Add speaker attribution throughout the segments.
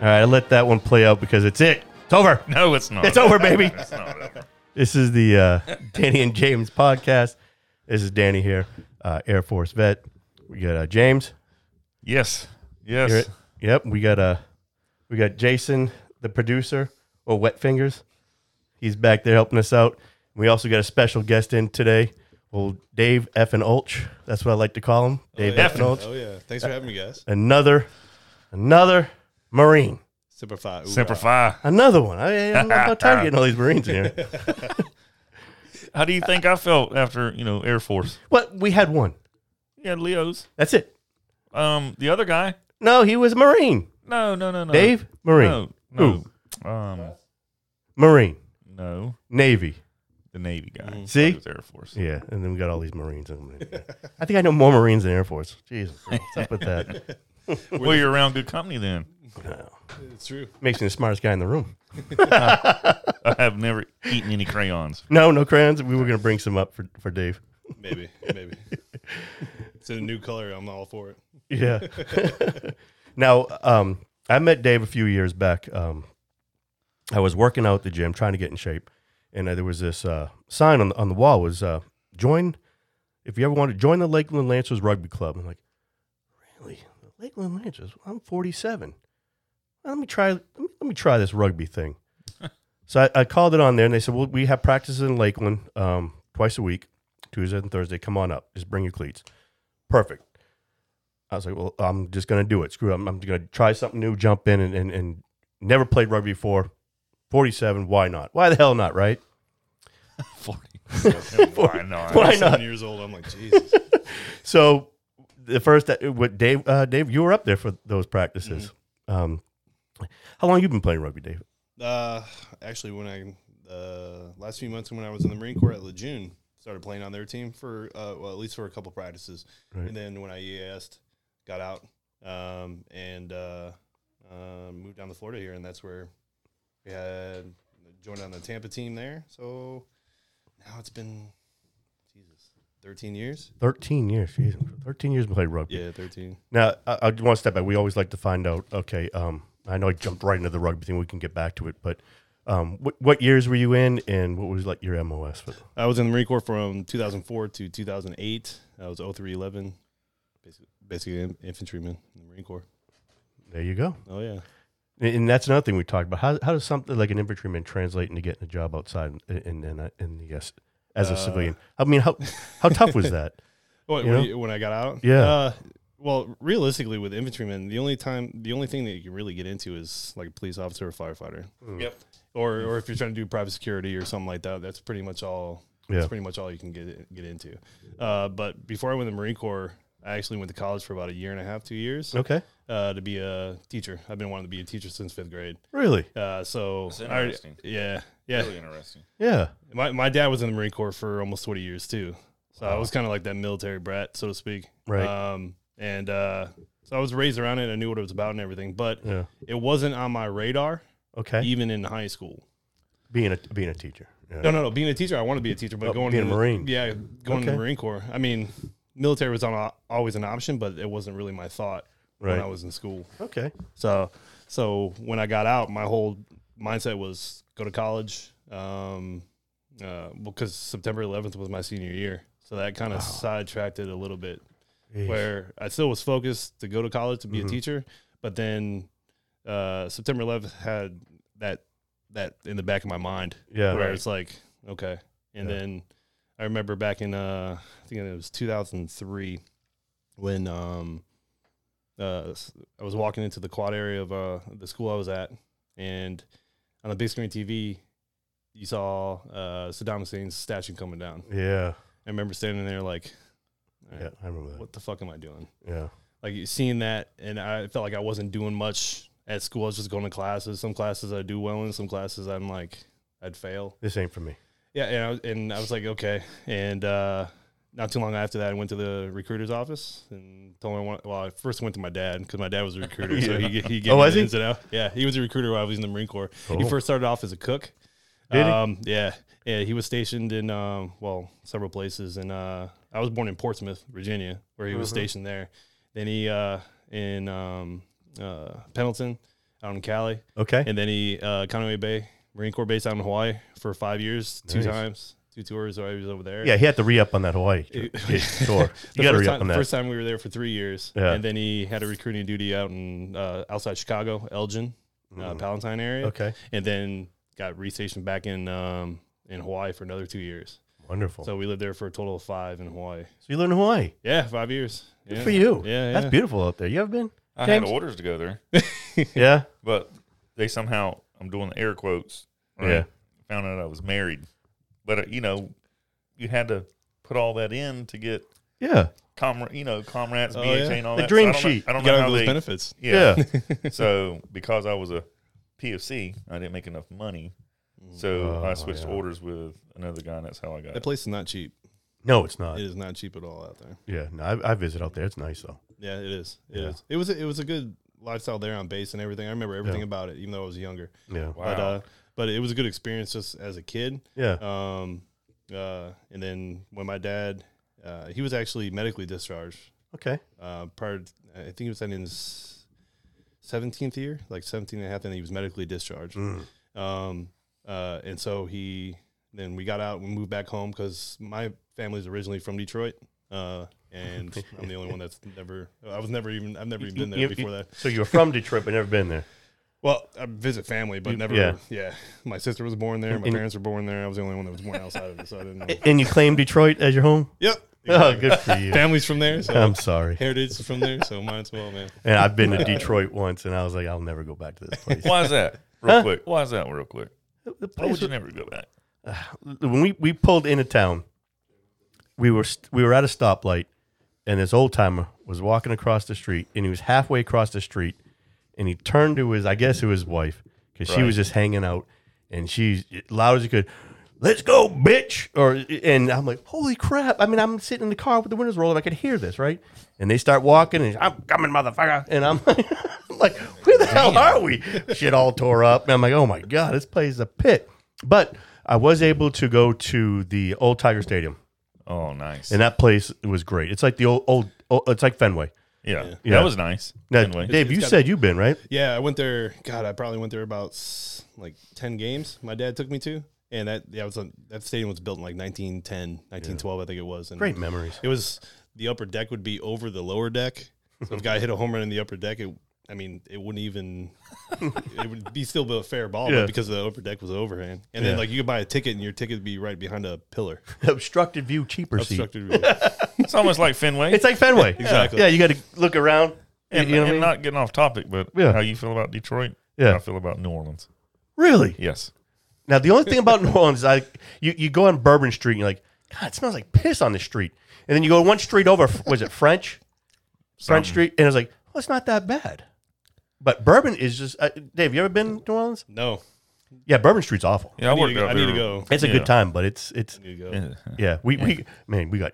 Speaker 1: All right, I let that one play out because it's it. It's over.
Speaker 2: No, it's not.
Speaker 1: It's over, baby.
Speaker 2: It's not over.
Speaker 1: This is the uh, Danny and James podcast. This is Danny here, uh, Air Force vet. We got uh, James.
Speaker 2: Yes.
Speaker 1: You're
Speaker 2: Yes.
Speaker 1: it. Yep. We got uh, we got Jason, the producer, or Wet Fingers. He's back there helping us out. We also got a special guest in today. Well, Dave F and Ulch. That's what I like to call him. Dave
Speaker 2: yeah.
Speaker 1: F and Ulch.
Speaker 3: Oh yeah, thanks for having me, guys.
Speaker 1: Another, another Marine.
Speaker 3: Simplify.
Speaker 2: Simplify.
Speaker 1: Another one. I, I don't know about time getting all these Marines in here.
Speaker 2: How do you think I felt after, you know, Air Force?
Speaker 1: Well, we had one.
Speaker 2: Yeah, Leo's.
Speaker 1: That's it.
Speaker 2: Um, the other guy?
Speaker 1: No, he was a Marine.
Speaker 2: No, no, no, no.
Speaker 1: Dave Marine.
Speaker 2: No, Oh. no. Um,
Speaker 1: Marine.
Speaker 2: no.
Speaker 1: Navy.
Speaker 2: The Navy guy. He
Speaker 1: See?
Speaker 2: was Air Force.
Speaker 1: Yeah, and then we got all these Marines. In there. I think I know more Marines than Air Force. Jesus, what's up with that?
Speaker 2: Well, you're around good company then.
Speaker 3: It's true.
Speaker 1: Makes me the smartest guy in the room.
Speaker 2: I have never eaten any crayons.
Speaker 1: No, no crayons. We were gonna bring some up for, for Dave.
Speaker 3: Maybe, maybe. it's a new color. I'm all for it.
Speaker 1: Yeah. now, um, I met Dave a few years back. Um, I was working out at the gym, trying to get in shape, and uh, there was this uh, sign on the, on the wall was uh, join if you ever want to join the Lakeland Lancers Rugby Club. I'm like, really, the Lakeland Lancers? I'm 47. Let me try. Let me, let me try this rugby thing. so I, I called it on there, and they said, "Well, we have practices in Lakeland um, twice a week, Tuesday and Thursday. Come on up. Just bring your cleats." Perfect. I was like, well, I'm just going to do it. Screw it. I'm, I'm going to try something new, jump in, and, and, and never played rugby before. 47, why not? Why the hell not, right?
Speaker 2: 40. Why not?
Speaker 1: Why
Speaker 3: Seven
Speaker 1: not?
Speaker 3: years old. I'm like Jesus.
Speaker 1: So the first, that, what Dave, uh, Dave, you were up there for those practices. Um, how long you been playing rugby, Dave?
Speaker 3: uh, actually, when I uh, last few months when I was in the Marine Corps at Lejeune, started playing on their team for uh, well at least for a couple practices,
Speaker 1: Right.
Speaker 3: and then when I EAS'd, got out, um, and uh, uh, moved down to Florida here, and that's where we had joined on the Tampa team there. So now it's been Jesus, thirteen years.
Speaker 1: 13 years. Jeez, 13 years played rugby.
Speaker 3: Yeah, thirteen.
Speaker 1: Now, I, I want to step back. We always like to find out, okay, um, I know I jumped right into the rugby thing. We can get back to it. But um, what, what years were you in, and what was like your MOS for
Speaker 3: I was in the Marine Corps from 2004 to 2008. I was 0311, basically, basically an infantryman in the Marine Corps.
Speaker 1: There you go.
Speaker 3: Oh yeah,
Speaker 1: And- And that's another thing we talked about. How, how does something like an infantryman translate into getting a job outside in in, in, a, in the yes, as a
Speaker 3: Uh,
Speaker 1: civilian? I mean, how how tough was that?
Speaker 3: What,
Speaker 1: You
Speaker 3: what do
Speaker 1: know?
Speaker 3: you- when I got out,
Speaker 1: Yeah.
Speaker 3: Uh, well, realistically, with infantrymen, the only time, the only thing that you can really get into is like a police officer or firefighter.
Speaker 1: Mm.
Speaker 2: Yep.
Speaker 3: Or, or if you're trying to do private security or something like that, that's pretty much all.
Speaker 1: Yeah.
Speaker 3: That's pretty much all you can get get into. Uh, but before I went to the Marine Corps, I actually went to college for about a year and a half, two years,
Speaker 1: Okay,
Speaker 3: uh, to be a teacher. I've been wanting to be a teacher since fifth grade.
Speaker 1: really?
Speaker 3: Uh, so
Speaker 2: That's
Speaker 3: I already-
Speaker 2: interesting.
Speaker 3: yeah, yeah.
Speaker 2: Really interesting.
Speaker 1: Yeah,
Speaker 3: My my dad was in the Marine Corps for almost twenty years too, so I was kind of like that military brat, so to speak.
Speaker 1: Right.
Speaker 3: Um, and uh, so I was raised around it. I knew what it was about and everything, but
Speaker 1: yeah.
Speaker 3: it wasn't on my radar
Speaker 1: Okay,
Speaker 3: even in high school.
Speaker 1: being a being a teacher. Yeah.
Speaker 3: No, no, no. Being a teacher, I want to be a teacher, but
Speaker 1: Oh,
Speaker 3: going
Speaker 1: being a
Speaker 3: to the-
Speaker 1: Marine.
Speaker 3: yeah, going to
Speaker 1: Okay.
Speaker 3: the Marine Corps. I mean, military was on always an option, but it wasn't really my thought
Speaker 1: Right.
Speaker 3: when I was in school.
Speaker 1: Okay,
Speaker 3: So so when I got out, my whole mindset was go to college. Um, uh, because September 11th was my senior year, so that kind of sidetracked it a little bit.
Speaker 1: Jeez.
Speaker 3: Where I still was focused to go to college to be
Speaker 1: Mhm.
Speaker 3: a teacher, but then uh, September 11th had that that in the back of my mind
Speaker 1: yeah,
Speaker 3: where
Speaker 2: Right.
Speaker 3: it's like okay and
Speaker 1: Yeah.
Speaker 3: then i remember back in uh i think it was 2003 when um uh s- i was walking into the quad area of uh the school i was at and on the big screen tv you saw uh saddam hussein's statue coming down
Speaker 1: yeah,
Speaker 3: i remember standing there like "All
Speaker 1: yeah.
Speaker 3: right,
Speaker 1: I remember that.
Speaker 3: what the fuck am i doing
Speaker 1: Yeah,
Speaker 3: like seeing that and i felt like i wasn't doing much at school i was just going to classes some classes i do well in some classes i'm like i'd fail
Speaker 1: this ain't for me.
Speaker 3: yeah, and I was, and I was like, okay. And uh, not too long after that, I went to the recruiter's office and told him. I want, well, I first went to my dad because my dad was a recruiter, so he, he gave
Speaker 1: Oh,
Speaker 3: me
Speaker 1: was
Speaker 3: the
Speaker 1: he?
Speaker 3: ins and out. Yeah, he was a recruiter while I was in the Marine Corps. He
Speaker 1: Cool.
Speaker 3: first started off as a cook.
Speaker 1: Did he?
Speaker 3: um, Yeah, yeah. He was stationed in um, well, several places, and uh, I was born in Portsmouth, Virginia,
Speaker 1: Uh-huh.
Speaker 3: where he was stationed there. Then he uh, in um, uh, Pendleton. out in Cali,
Speaker 1: Okay.
Speaker 3: and then he uh, Conway Bay Marine Corps base out in Hawaii for five years, two
Speaker 1: Nice.
Speaker 3: times, two tours. Where he was over there.
Speaker 1: yeah, he had to re up on that Hawaii trip.
Speaker 3: It-
Speaker 1: Yeah, sure. You
Speaker 3: The
Speaker 1: got to
Speaker 3: first,
Speaker 1: re up
Speaker 3: time,
Speaker 1: on
Speaker 3: the
Speaker 1: that.
Speaker 3: first time we were there for three years,
Speaker 1: Yeah.
Speaker 3: and then he had a recruiting duty out in uh, outside Chicago, Elgin, uh,
Speaker 1: Mm.
Speaker 3: Palatine area,
Speaker 1: Okay.
Speaker 3: and then got restationed back in um, in Hawaii for another two years.
Speaker 1: Wonderful. So,
Speaker 3: So we lived there for a total of five in Hawaii.
Speaker 1: you live in Hawaii.
Speaker 3: Yeah, five years.
Speaker 1: Good
Speaker 3: yeah.
Speaker 1: for you.
Speaker 3: Yeah,
Speaker 1: That's
Speaker 3: yeah.
Speaker 1: beautiful out there. You ever been?
Speaker 2: I
Speaker 1: James?
Speaker 2: had orders to go there,
Speaker 1: Yeah.
Speaker 2: but they somehow I'm doing the air quotes.
Speaker 1: Yeah.
Speaker 2: Found out I was married, but uh, you know, you had to put all that in to get
Speaker 1: Yeah.
Speaker 2: comrade, you know, comrades,
Speaker 3: Oh,
Speaker 2: BHA,
Speaker 3: yeah.
Speaker 2: and all
Speaker 1: The
Speaker 2: that.
Speaker 1: dream
Speaker 2: I don't know-
Speaker 1: sheet.
Speaker 2: I don't
Speaker 3: You
Speaker 2: know
Speaker 3: got
Speaker 2: how
Speaker 3: all those
Speaker 2: they.
Speaker 3: benefits.
Speaker 2: yeah.
Speaker 1: Yeah.
Speaker 2: so because I was a POC, I didn't make enough money, so
Speaker 1: Oh,
Speaker 2: I switched
Speaker 1: yeah.
Speaker 2: orders with another guy, and that's how I got.
Speaker 3: That
Speaker 2: It.
Speaker 3: place is not cheap.
Speaker 1: No, it's not.
Speaker 3: It is not cheap at all out there.
Speaker 1: Yeah. No, I, I visit out there. It's nice though.
Speaker 3: Yeah, it is. It
Speaker 1: Yeah.
Speaker 3: is. It was. A, it was a good lifestyle there on base and everything. I remember everything
Speaker 1: Yeah.
Speaker 3: about it, even though I was younger.
Speaker 1: Yeah.
Speaker 2: Wow.
Speaker 3: But uh, but it was a good experience just as a kid.
Speaker 1: Yeah.
Speaker 3: Um, uh, and then when my dad, uh, he was actually medically discharged
Speaker 1: Okay.
Speaker 3: uh, prior. to- I think he was in his seventeenth year, like 17 and a half, and he was medically discharged.
Speaker 1: Mm.
Speaker 3: Um, uh, and so he then we got out and moved back home because my family's originally from Detroit. Uh, and I'm the only one that's never. I was never even. I've never even been there
Speaker 1: You- you-
Speaker 3: before that.
Speaker 1: So you were from Detroit, but never been there.
Speaker 3: Well, I visit family, but never.
Speaker 1: yeah.
Speaker 3: Yeah. my sister was born there. My
Speaker 1: And-
Speaker 3: parents were born there. I was the only one that was born outside of it, so I didn't know.
Speaker 1: And you claim Detroit as your home?
Speaker 3: Yep.
Speaker 1: Oh, good for you.
Speaker 3: Family's from there, so
Speaker 1: I'm sorry.
Speaker 3: heritage is from there, so might as well, man.
Speaker 1: And I've been to Detroit once, and I was like, I'll never go back to this place.
Speaker 2: Why is that? Real
Speaker 1: Huh?
Speaker 2: quick. Why is that? Real quick.
Speaker 1: The
Speaker 2: Why would
Speaker 1: place
Speaker 2: you never go back?
Speaker 1: when we, we pulled into town, we were st- we were at a stoplight, and this old timer was walking across the street, and he was halfway across the street, and he turned to his I guess it was his wife because she was just hanging out, and she's loud as he could. Let's go, bitch! Or and I'm like, holy crap! I mean, I'm sitting in the car with the windows rolled up. I could hear this, right? And they start walking, and I'm coming, motherfucker! And I'm like, I'm like, where the hell are we? Shit all tore up, and I'm like, oh my god, this place is a pit. But I was able to go to the old Tiger Stadium,
Speaker 2: Oh, nice.
Speaker 1: and that place was great. It's like the old old, old it's like Fenway.
Speaker 2: yeah.
Speaker 1: Yeah.
Speaker 2: that was nice.
Speaker 1: Now,
Speaker 2: Anyway.
Speaker 1: Dave,
Speaker 3: It's-
Speaker 1: you
Speaker 3: it's got-
Speaker 1: said you've been right.
Speaker 3: Yeah, I went there. God, I probably went there about s- like ten games. My dad took me to, and that yeah, it was on, that stadium was built in like 1910, 1912, I think it was. And
Speaker 1: Great memories.
Speaker 3: It was the upper deck would be over the lower deck. So if a guy hit a home run in the upper deck, it I mean, it wouldn't even it would be still be a fair ball,
Speaker 1: Yeah.
Speaker 3: but because the upper deck was overhand. And then
Speaker 1: Yeah.
Speaker 3: like you could buy a ticket and your ticket would be right behind a pillar.
Speaker 1: Obstructed view, cheaper seat.
Speaker 3: Obstructed view.
Speaker 2: It's almost like Fenway.
Speaker 1: It's like Fenway.
Speaker 3: Exactly.
Speaker 1: Yeah, you got to look around. You-
Speaker 2: and,
Speaker 1: you know what I
Speaker 2: and
Speaker 1: mean?
Speaker 2: not getting off topic, but
Speaker 1: Yeah.
Speaker 2: how you feel about Detroit?
Speaker 1: Yeah.
Speaker 2: how I feel about New Orleans.
Speaker 1: Really?
Speaker 2: Yes.
Speaker 1: Now the only thing about New Orleans, is I you, you go on Bourbon Street, and you're like, God, it smells like piss on the street. And then you go one street over, was it French? French
Speaker 2: Something.
Speaker 1: Street, and it was like, well, it's not that bad. But Bourbon is just, uh, Dave. You ever been to New Orleans?
Speaker 3: no.
Speaker 1: Yeah, Bourbon Street's awful.
Speaker 2: Yeah, I,
Speaker 3: I need,
Speaker 2: worked
Speaker 3: to,
Speaker 2: out
Speaker 3: I need to
Speaker 2: there.
Speaker 3: go.
Speaker 1: It's a
Speaker 2: Yeah.
Speaker 1: good time, but it's it's
Speaker 3: I need to go.
Speaker 2: Yeah.
Speaker 1: yeah. We we man, we got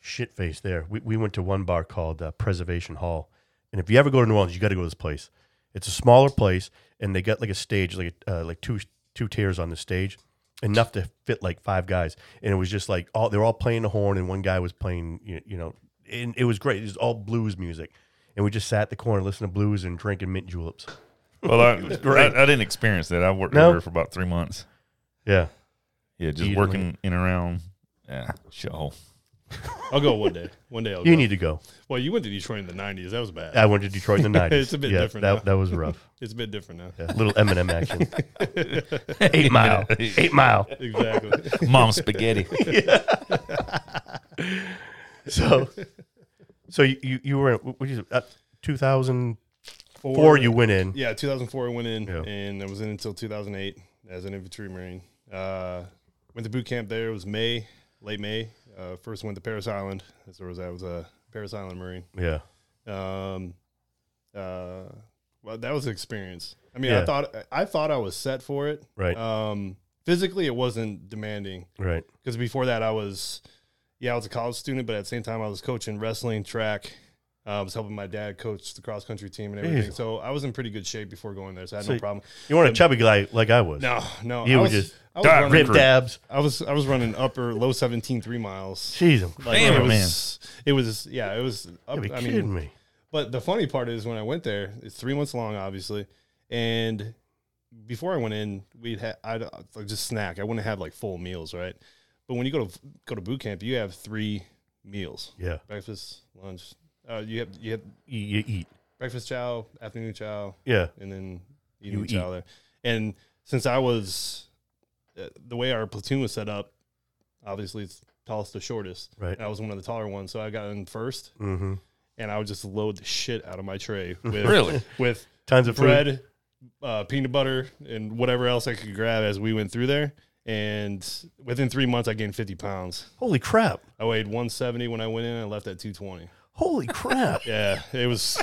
Speaker 1: shit faced there. We we went to one bar called uh, Preservation Hall, and if you ever go to New Orleans, you got to go to this place. It's a smaller place, and they got like a stage, like uh, like two two tiers on the stage, enough to fit like five guys, and it was just like all they were all playing the horn, and one guy was playing you, you know, and it was great. It was all blues music, and we just sat at the corner listening to blues and drinking mint juleps.
Speaker 2: Well, I,
Speaker 1: great.
Speaker 2: I, I didn't experience that. I worked
Speaker 1: No?
Speaker 2: over there for about three months.
Speaker 1: Yeah,
Speaker 2: Yeah, just
Speaker 1: Eat it
Speaker 2: working in around. Yeah, oh. shithole.
Speaker 3: I'll go one day. One day I'll
Speaker 1: you
Speaker 3: go.
Speaker 1: need to go.
Speaker 3: well, you went to Detroit in the nineties. That was bad.
Speaker 1: I went to Detroit in the nineties.
Speaker 3: It's a bit
Speaker 1: yeah,
Speaker 3: different
Speaker 1: That,
Speaker 3: now.
Speaker 1: that was rough.
Speaker 3: It's a bit different now.
Speaker 1: Yeah, little Eminem action. Eight mile. Eight mile.
Speaker 3: Exactly.
Speaker 2: Mom spaghetti.
Speaker 1: So, so you you, you were in what is it? Uh, 2004. You went in.
Speaker 3: Yeah, 2004 I went in,
Speaker 1: Yeah.
Speaker 3: and I was in until 2008 as an infantry marine. Uh, went to boot camp there. It was May, late May. Uh, first went to Paris Island. That's where I was. I was a Paris Island marine.
Speaker 1: Yeah.
Speaker 3: Um, uh, well, that was an experience. I mean,
Speaker 1: Yeah.
Speaker 3: I thought I thought I was set for it.
Speaker 1: Right.
Speaker 3: Um, physically, it wasn't demanding
Speaker 1: right.
Speaker 3: because before that I was, yeah, I was a college student, but at the same time I was coaching wrestling, track. Uh, I was helping my dad coach the cross country team and everything.
Speaker 1: Jeez.
Speaker 3: So I was in pretty good shape before going there. So I had
Speaker 1: So-
Speaker 3: no problem.
Speaker 1: You weren't a chubby guy like I was.
Speaker 3: No, no,
Speaker 1: You
Speaker 3: I
Speaker 1: were
Speaker 3: was
Speaker 1: just
Speaker 3: I was,
Speaker 2: die
Speaker 3: running,
Speaker 1: Ripped
Speaker 2: Ripped.
Speaker 1: abs.
Speaker 3: I was I was running upper low 17 three miles.
Speaker 1: Jeez, I'm
Speaker 3: Like,
Speaker 2: Damn
Speaker 3: it
Speaker 2: it,
Speaker 3: was, It was yeah, it was. Up,
Speaker 1: you gotta be
Speaker 3: I
Speaker 1: kidding
Speaker 3: mean,
Speaker 1: me.
Speaker 3: but the funny part is when I went there, it's three months long, obviously, And before I went in, we'd had I'd uh, like just snack. I wouldn't have like full meals, right? But when you go to go to boot camp, you have three meals:
Speaker 1: Yeah.
Speaker 3: breakfast, lunch. Uh, you have you have
Speaker 1: You, you eat.
Speaker 3: breakfast chow, afternoon chow,
Speaker 1: Yeah.
Speaker 3: and then
Speaker 1: You
Speaker 3: eating each other. And since I was uh, the way our platoon was set up, obviously it's tallest to shortest.
Speaker 1: Right.
Speaker 3: And I was one of the taller ones, so I got in first,
Speaker 1: Mm-hmm.
Speaker 3: and I would just load the shit out of my tray with
Speaker 2: Really?
Speaker 3: with
Speaker 1: Tons of food.
Speaker 3: bread, uh, peanut butter, and whatever else I could grab as we went through there. And within three months, I gained fifty pounds.
Speaker 1: Holy crap.
Speaker 3: I weighed one seventy when I went in, and I left at two twenty.
Speaker 1: Holy crap.
Speaker 3: Yeah, it was.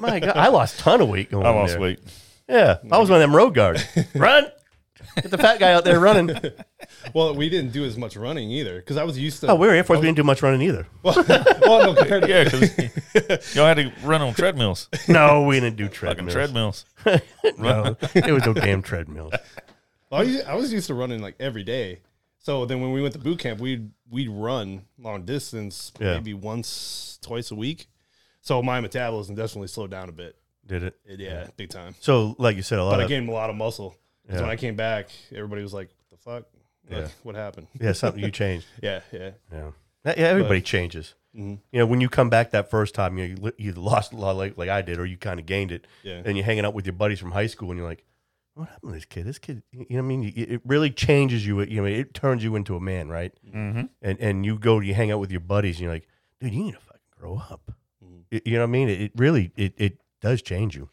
Speaker 1: My God. I lost a ton of weight going
Speaker 2: I lost
Speaker 1: there.
Speaker 2: weight.
Speaker 1: Yeah. I was one of them road guards. Run. Get the fat guy out there running.
Speaker 3: Well, we didn't do as much running either because I was used to.
Speaker 1: Oh, we were Air Force. We didn't do much running either.
Speaker 3: well, no, compared to
Speaker 2: Yeah, because y'all had to run on treadmills,
Speaker 1: No, we didn't do
Speaker 2: fucking
Speaker 1: treadmills.
Speaker 2: treadmills.
Speaker 1: no, it was no damn treadmills.
Speaker 3: I was, I was used to running like every day. So then when we went to boot camp, we'd we'd run long distance
Speaker 1: Yeah.
Speaker 3: maybe once twice a week. So my metabolism definitely slowed down a bit.
Speaker 1: Did it?
Speaker 3: It- yeah, big time.
Speaker 1: So, like you said, a lot
Speaker 3: But I
Speaker 1: of
Speaker 3: gained a lot of muscle. 'Cause
Speaker 1: Yeah.
Speaker 3: when I came back, everybody was like, "What the fuck? Like,
Speaker 1: Yeah.
Speaker 3: What happened?"
Speaker 1: yeah, something you changed.
Speaker 3: Yeah, yeah.
Speaker 1: Yeah, That- yeah, everybody changes.
Speaker 3: Mhm.
Speaker 1: You know, when you come back that first time, you know, you lost a lot, like, like I did, or you kind of gained it.
Speaker 3: Yeah.
Speaker 1: And you're hanging out with your buddies from high school, and you're like, "What happened to this kid? This kid, you know, what I mean, it it really changes you. You know, it turns you into a man, right?
Speaker 2: Mm-hmm.
Speaker 1: and and you go you hang out with your buddies and you're like dude you need to fucking grow up
Speaker 3: Mhm.
Speaker 1: Y- you know what i mean it, it really it, it does change you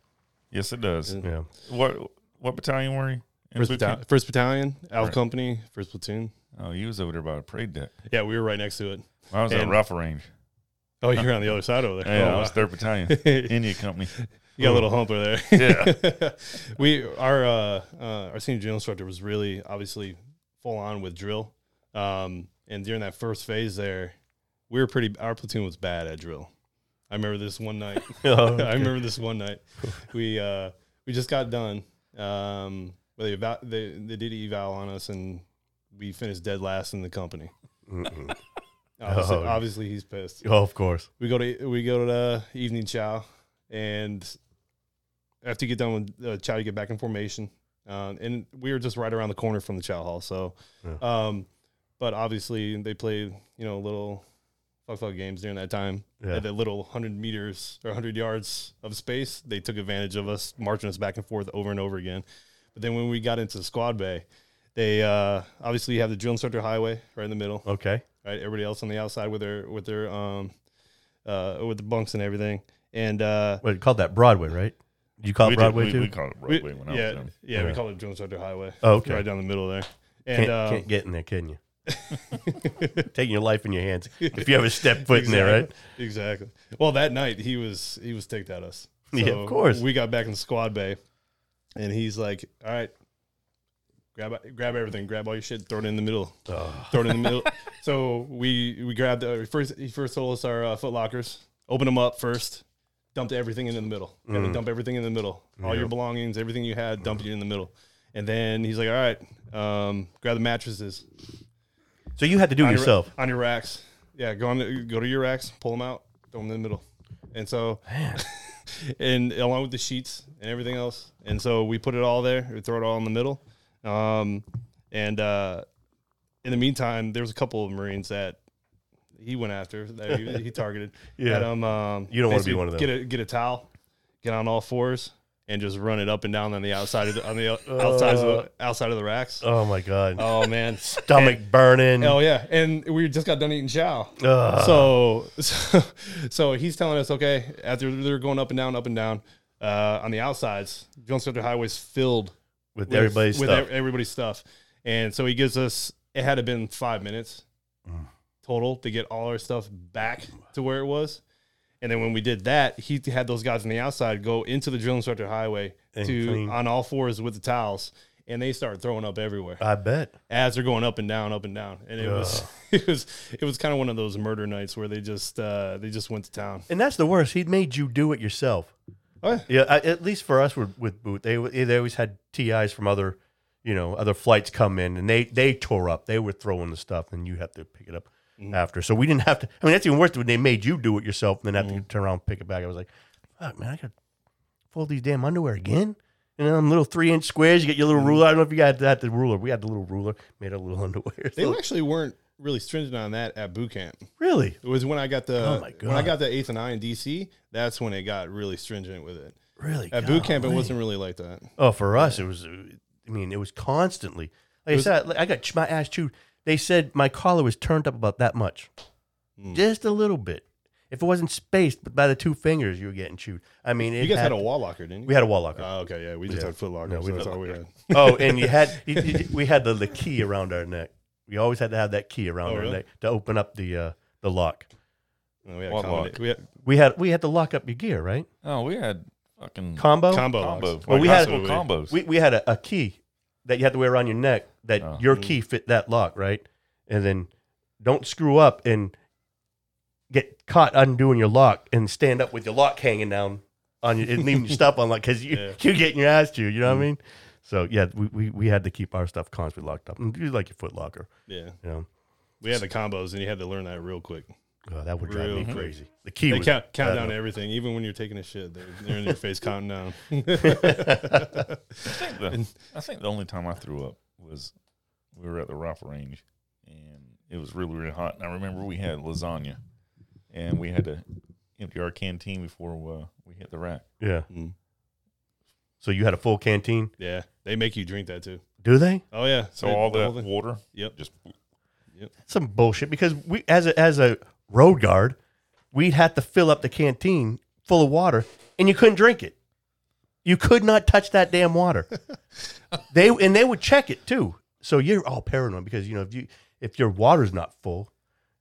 Speaker 2: Yes, it does.
Speaker 3: Yeah.
Speaker 1: yeah
Speaker 2: What what battalion were you? in
Speaker 3: First,
Speaker 2: boot
Speaker 3: batta-
Speaker 2: camp?
Speaker 3: first battalion, Alpha
Speaker 2: Right.
Speaker 3: Company, first platoon.
Speaker 2: Oh, you was over there by the parade deck.
Speaker 3: Yeah, we were right next to it.
Speaker 2: I was at
Speaker 3: And-
Speaker 2: Rifle Range.
Speaker 3: Oh, you're on the other side over there.
Speaker 2: Yeah,
Speaker 3: Oh,
Speaker 2: I was
Speaker 3: wow.
Speaker 2: third battalion, India Company.
Speaker 3: You got a little humper there. Yeah. we our uh, uh our senior drill instructor was really obviously full on with drill. Um and during that first phase there, we were pretty our platoon was bad at drill. I remember this one night. I remember this one night. We uh we just got done. Um well, they, eva- they they did an eval on us and we finished dead last in the company.
Speaker 1: Mm-mm.
Speaker 3: Obviously,
Speaker 1: Oh.
Speaker 3: obviously he's pissed
Speaker 1: oh of course
Speaker 3: we go to we go to the evening chow, and after you get done with uh, chow, you get back in formation. Um, and we were just right around the corner from the chow hall, so.
Speaker 1: Yeah.
Speaker 3: Um, but obviously, they played you know little fuck fuck games during that time.
Speaker 1: Yeah.
Speaker 3: At that little hundred meters or hundred yards of space, they took advantage of us, marching us back and forth over and over again. But then when we got into the squad bay, they uh, obviously you have the drill instructor highway right in the middle
Speaker 1: okay
Speaker 3: right? Everybody else on the outside with their with their um uh with the bunks and everything. And uh
Speaker 1: what you called that broadway right you call it
Speaker 2: we
Speaker 1: broadway
Speaker 2: did,
Speaker 1: too
Speaker 2: We, we called it
Speaker 3: we-
Speaker 2: Broadway when I
Speaker 3: yeah,
Speaker 2: was in.
Speaker 3: yeah,
Speaker 1: Yeah.
Speaker 3: we call it Jones Under Highway.
Speaker 1: Oh, okay.
Speaker 3: Right down the middle there.
Speaker 1: can't,
Speaker 3: And um,
Speaker 1: can't get in there can you taking your life in your hands if you ever step foot in there right
Speaker 3: Exactly, Exactly. Well, that night he was he was ticked at us.
Speaker 1: Yeah, of course.
Speaker 3: We got back in the squad bay, and he's like, "All right, grab grab everything, grab all your shit, throw it in the middle,
Speaker 1: oh,
Speaker 3: throw it in the middle." So we we grabbed the first. He first told us our uh, foot lockers, open them up first, dumped everything into the middle. You
Speaker 1: Mm.
Speaker 3: had to dump everything in the middle. All your
Speaker 1: Yep.
Speaker 3: belongings, everything you had,
Speaker 1: Mm.
Speaker 3: dump it in the middle. And then he's like, "All right, um, grab the mattresses,
Speaker 1: so you had to do it
Speaker 3: on
Speaker 1: yourself
Speaker 3: your, on your racks. Yeah, go on, go to your racks, pull them out, throw them in the middle, and so, and along with the sheets and everything else, and so we put it all there, we throw it all in the middle, um, and uh, in the meantime, there was a couple of Marines that he went after that he, he targeted.
Speaker 1: Yeah.
Speaker 3: that, um, um,
Speaker 1: You don't wanna be
Speaker 3: basically
Speaker 1: one of them.
Speaker 3: Get a get a towel, get on all fours. And just run it up and down on the outside of the, on the outside of the outside of the racks.
Speaker 1: Uh. oh my god
Speaker 3: Oh man,
Speaker 1: stomach burning
Speaker 3: Oh yeah, and we just got done eating chow.
Speaker 1: Ugh.
Speaker 3: So, so, so he's telling us, okay, after they're going up and down, up and down, uh, on the outsides, Jones Center Highway's filled
Speaker 1: with, everybody's
Speaker 3: with
Speaker 1: stuff
Speaker 3: ev- everybody's stuff, and so he gives us. It had to been five minutes
Speaker 1: Mm.
Speaker 3: total to get all our stuff back to where it was, and then when we did that, he had those guys on the outside go into the drill instructor highway
Speaker 1: And
Speaker 3: to
Speaker 1: clean.
Speaker 3: on all fours with the towels, and they start throwing up everywhere
Speaker 1: i bet
Speaker 3: as they're going up and down, up and down, and it was it was it was kind of one of those murder nights where they just uh, they just went to town.
Speaker 1: and that's the worst he made you do it yourself
Speaker 3: Oh,
Speaker 1: Yeah, I, at least for us with, with boot, they they always had TIs from other, you know, other flights come in, and they they tore up. They were throwing the stuff, and you have to pick it up after. So we didn't have to. I mean, that's even worse when they made you do it yourself, and then have to turn around and pick it back. I was like, fuck, man, I got to fold these damn underwear again. And then them little three inch squares, you get your little ruler. I don't know if you got that the ruler. We had the little ruler, made a little underwear.
Speaker 3: They
Speaker 1: So-
Speaker 3: actually weren't really stringent on that at boot camp.
Speaker 1: really?
Speaker 3: It was when I got the
Speaker 1: Oh my
Speaker 3: when I
Speaker 1: God.
Speaker 3: got the eighth and I in DC. That's when it got really stringent with it.
Speaker 1: Really?
Speaker 3: At boot camp, it
Speaker 1: Golly.
Speaker 3: wasn't really like that.
Speaker 1: Oh, for us, it was. uh, I mean, it was constantly. Like
Speaker 3: It was-
Speaker 1: I said, like, I got ch- my ass chewed. They said my collar was turned up about that much,
Speaker 3: Mm.
Speaker 1: just a little bit. If it wasn't spaced, but by the two fingers, you were getting chewed. I mean, it
Speaker 3: You guys had,
Speaker 1: had-
Speaker 3: a wall locker, didn't you?
Speaker 1: we had a wall locker.
Speaker 3: Oh, okay, yeah, we just
Speaker 1: Yeah.
Speaker 3: had Foot Locker.
Speaker 1: No, we
Speaker 3: so that's
Speaker 1: didn't.
Speaker 3: all we had.
Speaker 1: oh, and you had you- you- we had the, the key around our neck. We always had to have that key around
Speaker 3: Oh,
Speaker 1: our
Speaker 3: really?
Speaker 1: neck to open up the uh, the lock.
Speaker 3: No, we had,
Speaker 2: Wall
Speaker 3: combina-
Speaker 2: lock.
Speaker 3: we had
Speaker 1: We had we had to lock up your gear, right?
Speaker 2: Oh, we had fucking
Speaker 1: Oh, Combo.
Speaker 3: combo.
Speaker 2: combo.
Speaker 3: locks.
Speaker 1: Well, we
Speaker 2: Like
Speaker 1: had-
Speaker 2: hospital combos.
Speaker 1: we we had a, a key that you had to wear around your neck that
Speaker 2: Oh.
Speaker 1: your
Speaker 3: Mm.
Speaker 1: key fit that lock, right? And then don't screw up and get caught undoing your lock and stand up with your lock hanging down on you and leaving your stuff unlocked because you
Speaker 3: Yeah. Mm.
Speaker 1: you're getting your ass chewed. You know what I mean? So yeah, we, we, we had to keep our stuff constantly locked up. And you like your foot locker,
Speaker 3: Yeah,
Speaker 1: you know.
Speaker 3: we had the combos, and you had to learn that real quick.
Speaker 1: Oh, that would drive
Speaker 3: Really?
Speaker 1: me crazy. The key
Speaker 3: They
Speaker 1: was
Speaker 3: count, count
Speaker 1: bad
Speaker 3: down
Speaker 1: enough.
Speaker 3: everything, even when you're taking a shit. They're, they're in your face counting down.
Speaker 2: I think the I think the only time I threw up was we were at the rifle range and it was really really hot. And I remember we had lasagna and we had to empty our canteen before uh, we hit the rack.
Speaker 1: Yeah.
Speaker 3: Mm.
Speaker 1: So you had a full canteen?
Speaker 3: yeah, they make you drink that too.
Speaker 1: Do they?
Speaker 3: Oh yeah,
Speaker 2: So
Speaker 3: They-
Speaker 2: all that
Speaker 3: the-
Speaker 2: water,
Speaker 3: Yep.
Speaker 2: just
Speaker 1: some bullshit because we as a as a road guard, we'd have to fill up the canteen full of water and you couldn't drink it. You could not touch that damn water. they and they would check it too. So you're all paranoid because you know if you if your water's not full,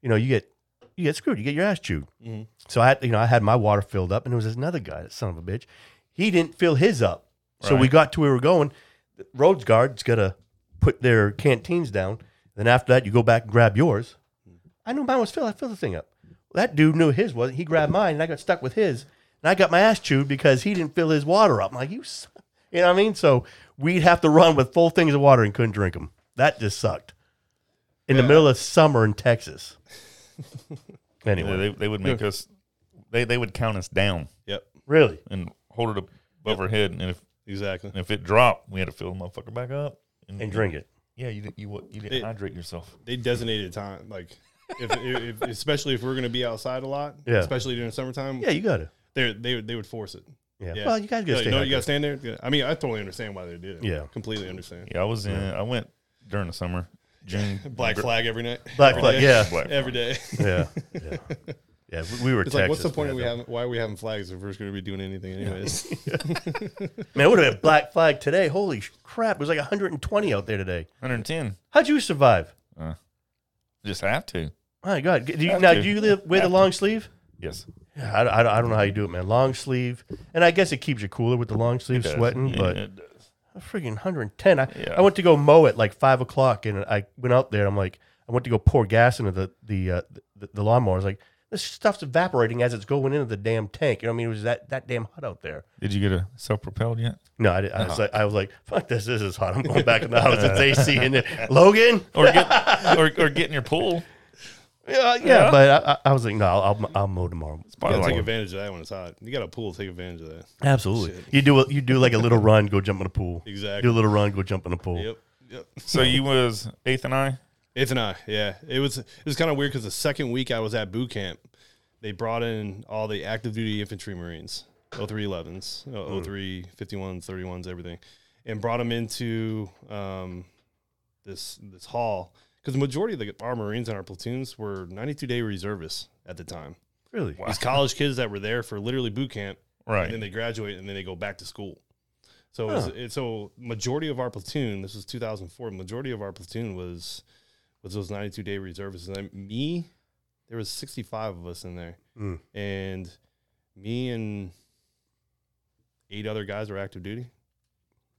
Speaker 1: you know you get you get screwed. You get your ass chewed.
Speaker 3: Mhm.
Speaker 1: So I had you know I had my water filled up and there was this another guy, that son of a bitch. He didn't fill his up. So we
Speaker 2: Right.
Speaker 1: got to where we were going. The roads guards gotta put their canteens down. Then after that, you go back and grab yours. I knew mine was filled. I filled the thing up. Well, that dude knew his wasn't. He grabbed mine, and I got stuck with his. And I got my ass chewed because he didn't fill his water up. I'm like, you, s-" you know what I mean? So we'd have to run with full things of water and couldn't drink them. That just sucked. In the middle of summer in Texas.
Speaker 2: yeah,
Speaker 1: anyway,
Speaker 2: they they would make us they they would count us down
Speaker 3: Yep,
Speaker 1: really,
Speaker 2: and hold it above our head and if
Speaker 3: exactly.
Speaker 2: and if it dropped, we had to fill the motherfucker back up
Speaker 1: and drink it.
Speaker 2: Yeah, you didn't you wa- you didn't
Speaker 3: It-
Speaker 2: hydrate yourself.
Speaker 3: They designated time, like if, if, if especially if we're going to be outside a lot,
Speaker 1: Yeah.
Speaker 3: especially during summertime,
Speaker 1: Yeah, you gotta.
Speaker 3: they they would- they would force it.
Speaker 1: Yeah.
Speaker 3: Yeah.
Speaker 1: Well, you guys gotta
Speaker 3: Like,
Speaker 1: stay.
Speaker 3: no,
Speaker 1: hydrated.
Speaker 3: you got to stand there. Yeah. I mean, I totally understand why they did it.
Speaker 1: Yeah.
Speaker 3: completely understand.
Speaker 2: Yeah, I was in. I went during the summer, June,
Speaker 3: Black flag every night.
Speaker 1: Black
Speaker 3: every
Speaker 1: flag,
Speaker 3: day.
Speaker 1: yeah.
Speaker 2: Black
Speaker 3: every day.
Speaker 1: yeah, yeah, yeah. we- We were.
Speaker 3: It's
Speaker 1: Texas.
Speaker 3: like, what's the point of
Speaker 1: man.
Speaker 3: we having? Why are we having flags if we're going to be doing anything anyways?
Speaker 1: Man, it would have been black flag today. Holy sh- crap! It was like 120 out there today.
Speaker 2: 110.
Speaker 1: How'd you survive?
Speaker 2: Just have to.
Speaker 1: My God! Do you,
Speaker 2: Have
Speaker 1: now,
Speaker 2: to.
Speaker 1: do you live with a
Speaker 2: Have to.
Speaker 1: long sleeve?
Speaker 2: Yes.
Speaker 1: Yeah, I, I, I don't know how you do it, man. Long sleeve, and I guess it keeps you cooler with the long sleeve
Speaker 2: Does.
Speaker 1: sweating.
Speaker 2: Yeah,
Speaker 1: But
Speaker 2: it does.
Speaker 1: a freaking 110. I,
Speaker 2: Yeah.
Speaker 1: I went to go mow at like five o'clock, and I went out there. and I'm like, I went to go pour gas into the the uh, the, the lawnmower. I was like, this stuff's evaporating as it's going into the damn tank. You know what I mean? It was that that damn hot out there.
Speaker 2: did you get a self-propelled yet?
Speaker 1: No, I, did I was like, I was like, fuck this. This is hot. I'm going back in the house. It's AC in there. Logan.
Speaker 2: Or get or, or get in your pool?
Speaker 1: Yeah, yeah, but I- I, I was like, no, I'll, I'll, I'll mow tomorrow.
Speaker 2: It's
Speaker 3: You
Speaker 2: probably
Speaker 3: gotta
Speaker 2: like
Speaker 3: take advantage of that when it's hot. You got a pool, take advantage of that.
Speaker 1: Absolutely, you do a, you do like a little run, go jump in the pool.
Speaker 3: Exactly.
Speaker 1: Do a little run, go jump in the pool.
Speaker 3: Yep. Yep.
Speaker 2: so you was eighth and I.
Speaker 3: Eighth and I, yeah. It was it was kind of weird because the second week I was at boot camp, they brought in all the active duty infantry marines, 0311s, uh, 03 51s, 31s, everything, and brought them into um, this this hall because the majority of the, our marines in our platoons were 92 day reservists at the time.
Speaker 1: Really?
Speaker 3: These college kids that were there for literally boot camp and then
Speaker 2: Right.
Speaker 3: they graduate and then they go back to school. So it was,
Speaker 1: Huh.
Speaker 3: it, so majority of our platoon, this was 2004. Majority of our platoon was was those 92 day reservists. And then me, there was 65 of us in there,
Speaker 1: Mm.
Speaker 3: and me and eight other guys were active duty.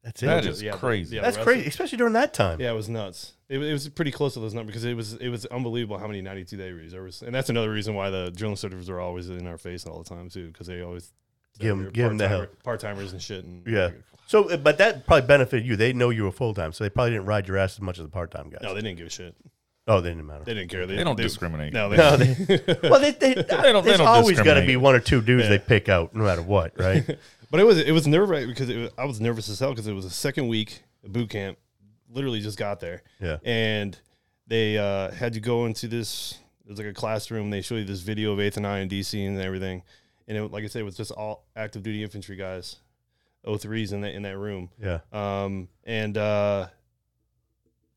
Speaker 1: That's it.
Speaker 2: That is
Speaker 3: Yeah, but-
Speaker 2: crazy.
Speaker 3: yeah.
Speaker 1: That's
Speaker 3: the rest
Speaker 1: crazy, especially during that time.
Speaker 3: Yeah, it was nuts. It, wa- it was pretty close to those numbers because it was it was unbelievable how many 92 day reservists. And that's another reason why the drill instructors are always in our face all the time too because they always
Speaker 1: Give 'em- give 'em the hell.
Speaker 3: part timers and shit. And
Speaker 1: Yeah. So, uh, but that probably benefited you. They know you were full time, so they probably didn't ride your ass as much as the part time guys.
Speaker 3: No, they didn't give a shit.
Speaker 1: oh, they didn't matter.
Speaker 3: They didn't care.
Speaker 2: They don't discriminate.
Speaker 3: No, they,
Speaker 1: No, they- well, they, they,
Speaker 2: don't- they
Speaker 1: there's
Speaker 2: don't
Speaker 1: always got to be
Speaker 2: discriminate.
Speaker 1: one or two dudes
Speaker 3: Yeah.
Speaker 1: they pick out, no matter what, right?
Speaker 3: But it was it was nerve wracking because it was, I was nervous as hell because it was the second week of boot camp. Literally just got there.
Speaker 1: Yeah.
Speaker 3: And they uh, had you go into this. It was like a classroom. They show you this video of Eighth and I and DC and everything. And it, like I said, it was just all active duty infantry guys, O3s in that in that room.
Speaker 1: Yeah.
Speaker 3: Um, and uh,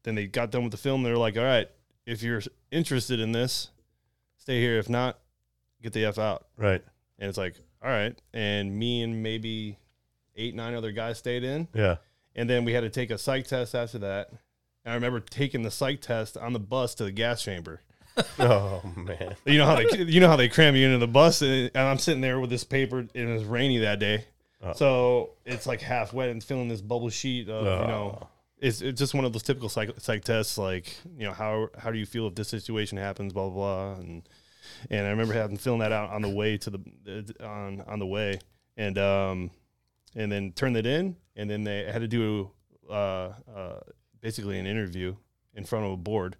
Speaker 3: then they got done with the film. They were like, "All right, if you're interested in this, stay here. If not, get the f out."
Speaker 1: Right.
Speaker 3: And it's like, all right. And me and maybe eight, nine other guys stayed in.
Speaker 1: Yeah.
Speaker 3: And then we had to take a psych test after that. And I remember taking the psych test on the bus to the gas chamber.
Speaker 1: Oh man.
Speaker 3: You know how they you know how they cram you into the bus, and, and I'm sitting there with this paper, and it was rainy that day,
Speaker 1: Oh.
Speaker 3: so it's like half wet and feeling this bubble sheet of you know,
Speaker 1: Oh.
Speaker 3: it's, it's just one of those typical psych, psych tests, like you know how how do you feel if this situation happens, blah blah, blah. and and I remember having filling that out on the way to the uh, on on the way, and um and then turned it in, and then they had to do uh, uh basically an interview in front of a board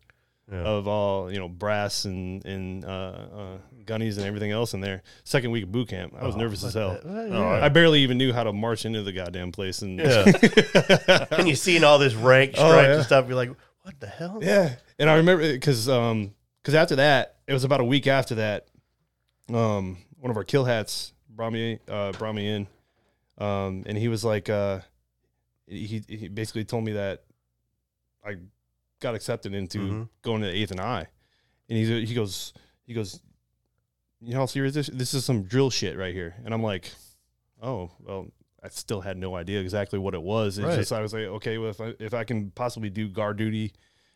Speaker 1: Yeah.
Speaker 3: of all you know brass and and uh, uh, gunnies and everything else in there. Second week of boot camp, I was
Speaker 1: Oh,
Speaker 3: nervous
Speaker 1: but
Speaker 3: as hell. Oh,
Speaker 1: that- well,
Speaker 2: No,
Speaker 1: yeah.
Speaker 3: I barely even knew how to march into the goddamn place, and yeah,
Speaker 1: and you're seeing all this rank
Speaker 3: Oh,
Speaker 1: stripes
Speaker 3: yeah.
Speaker 1: and stuff. You're like, what the hell?
Speaker 3: and I remember because because after that, it was about a week after that. Um, one of our kill hats brought me uh, brought me in, um, and he was like, uh, he he basically told me that I got accepted into
Speaker 1: Mhm.
Speaker 3: going to Eighth and I, and he he goes he goes, you know how serious this this is some drill shit right here, and I'm like, oh well, I still had no idea exactly what it was. It's
Speaker 1: Right.
Speaker 3: just I was like, okay, well if I if I can possibly do guard duty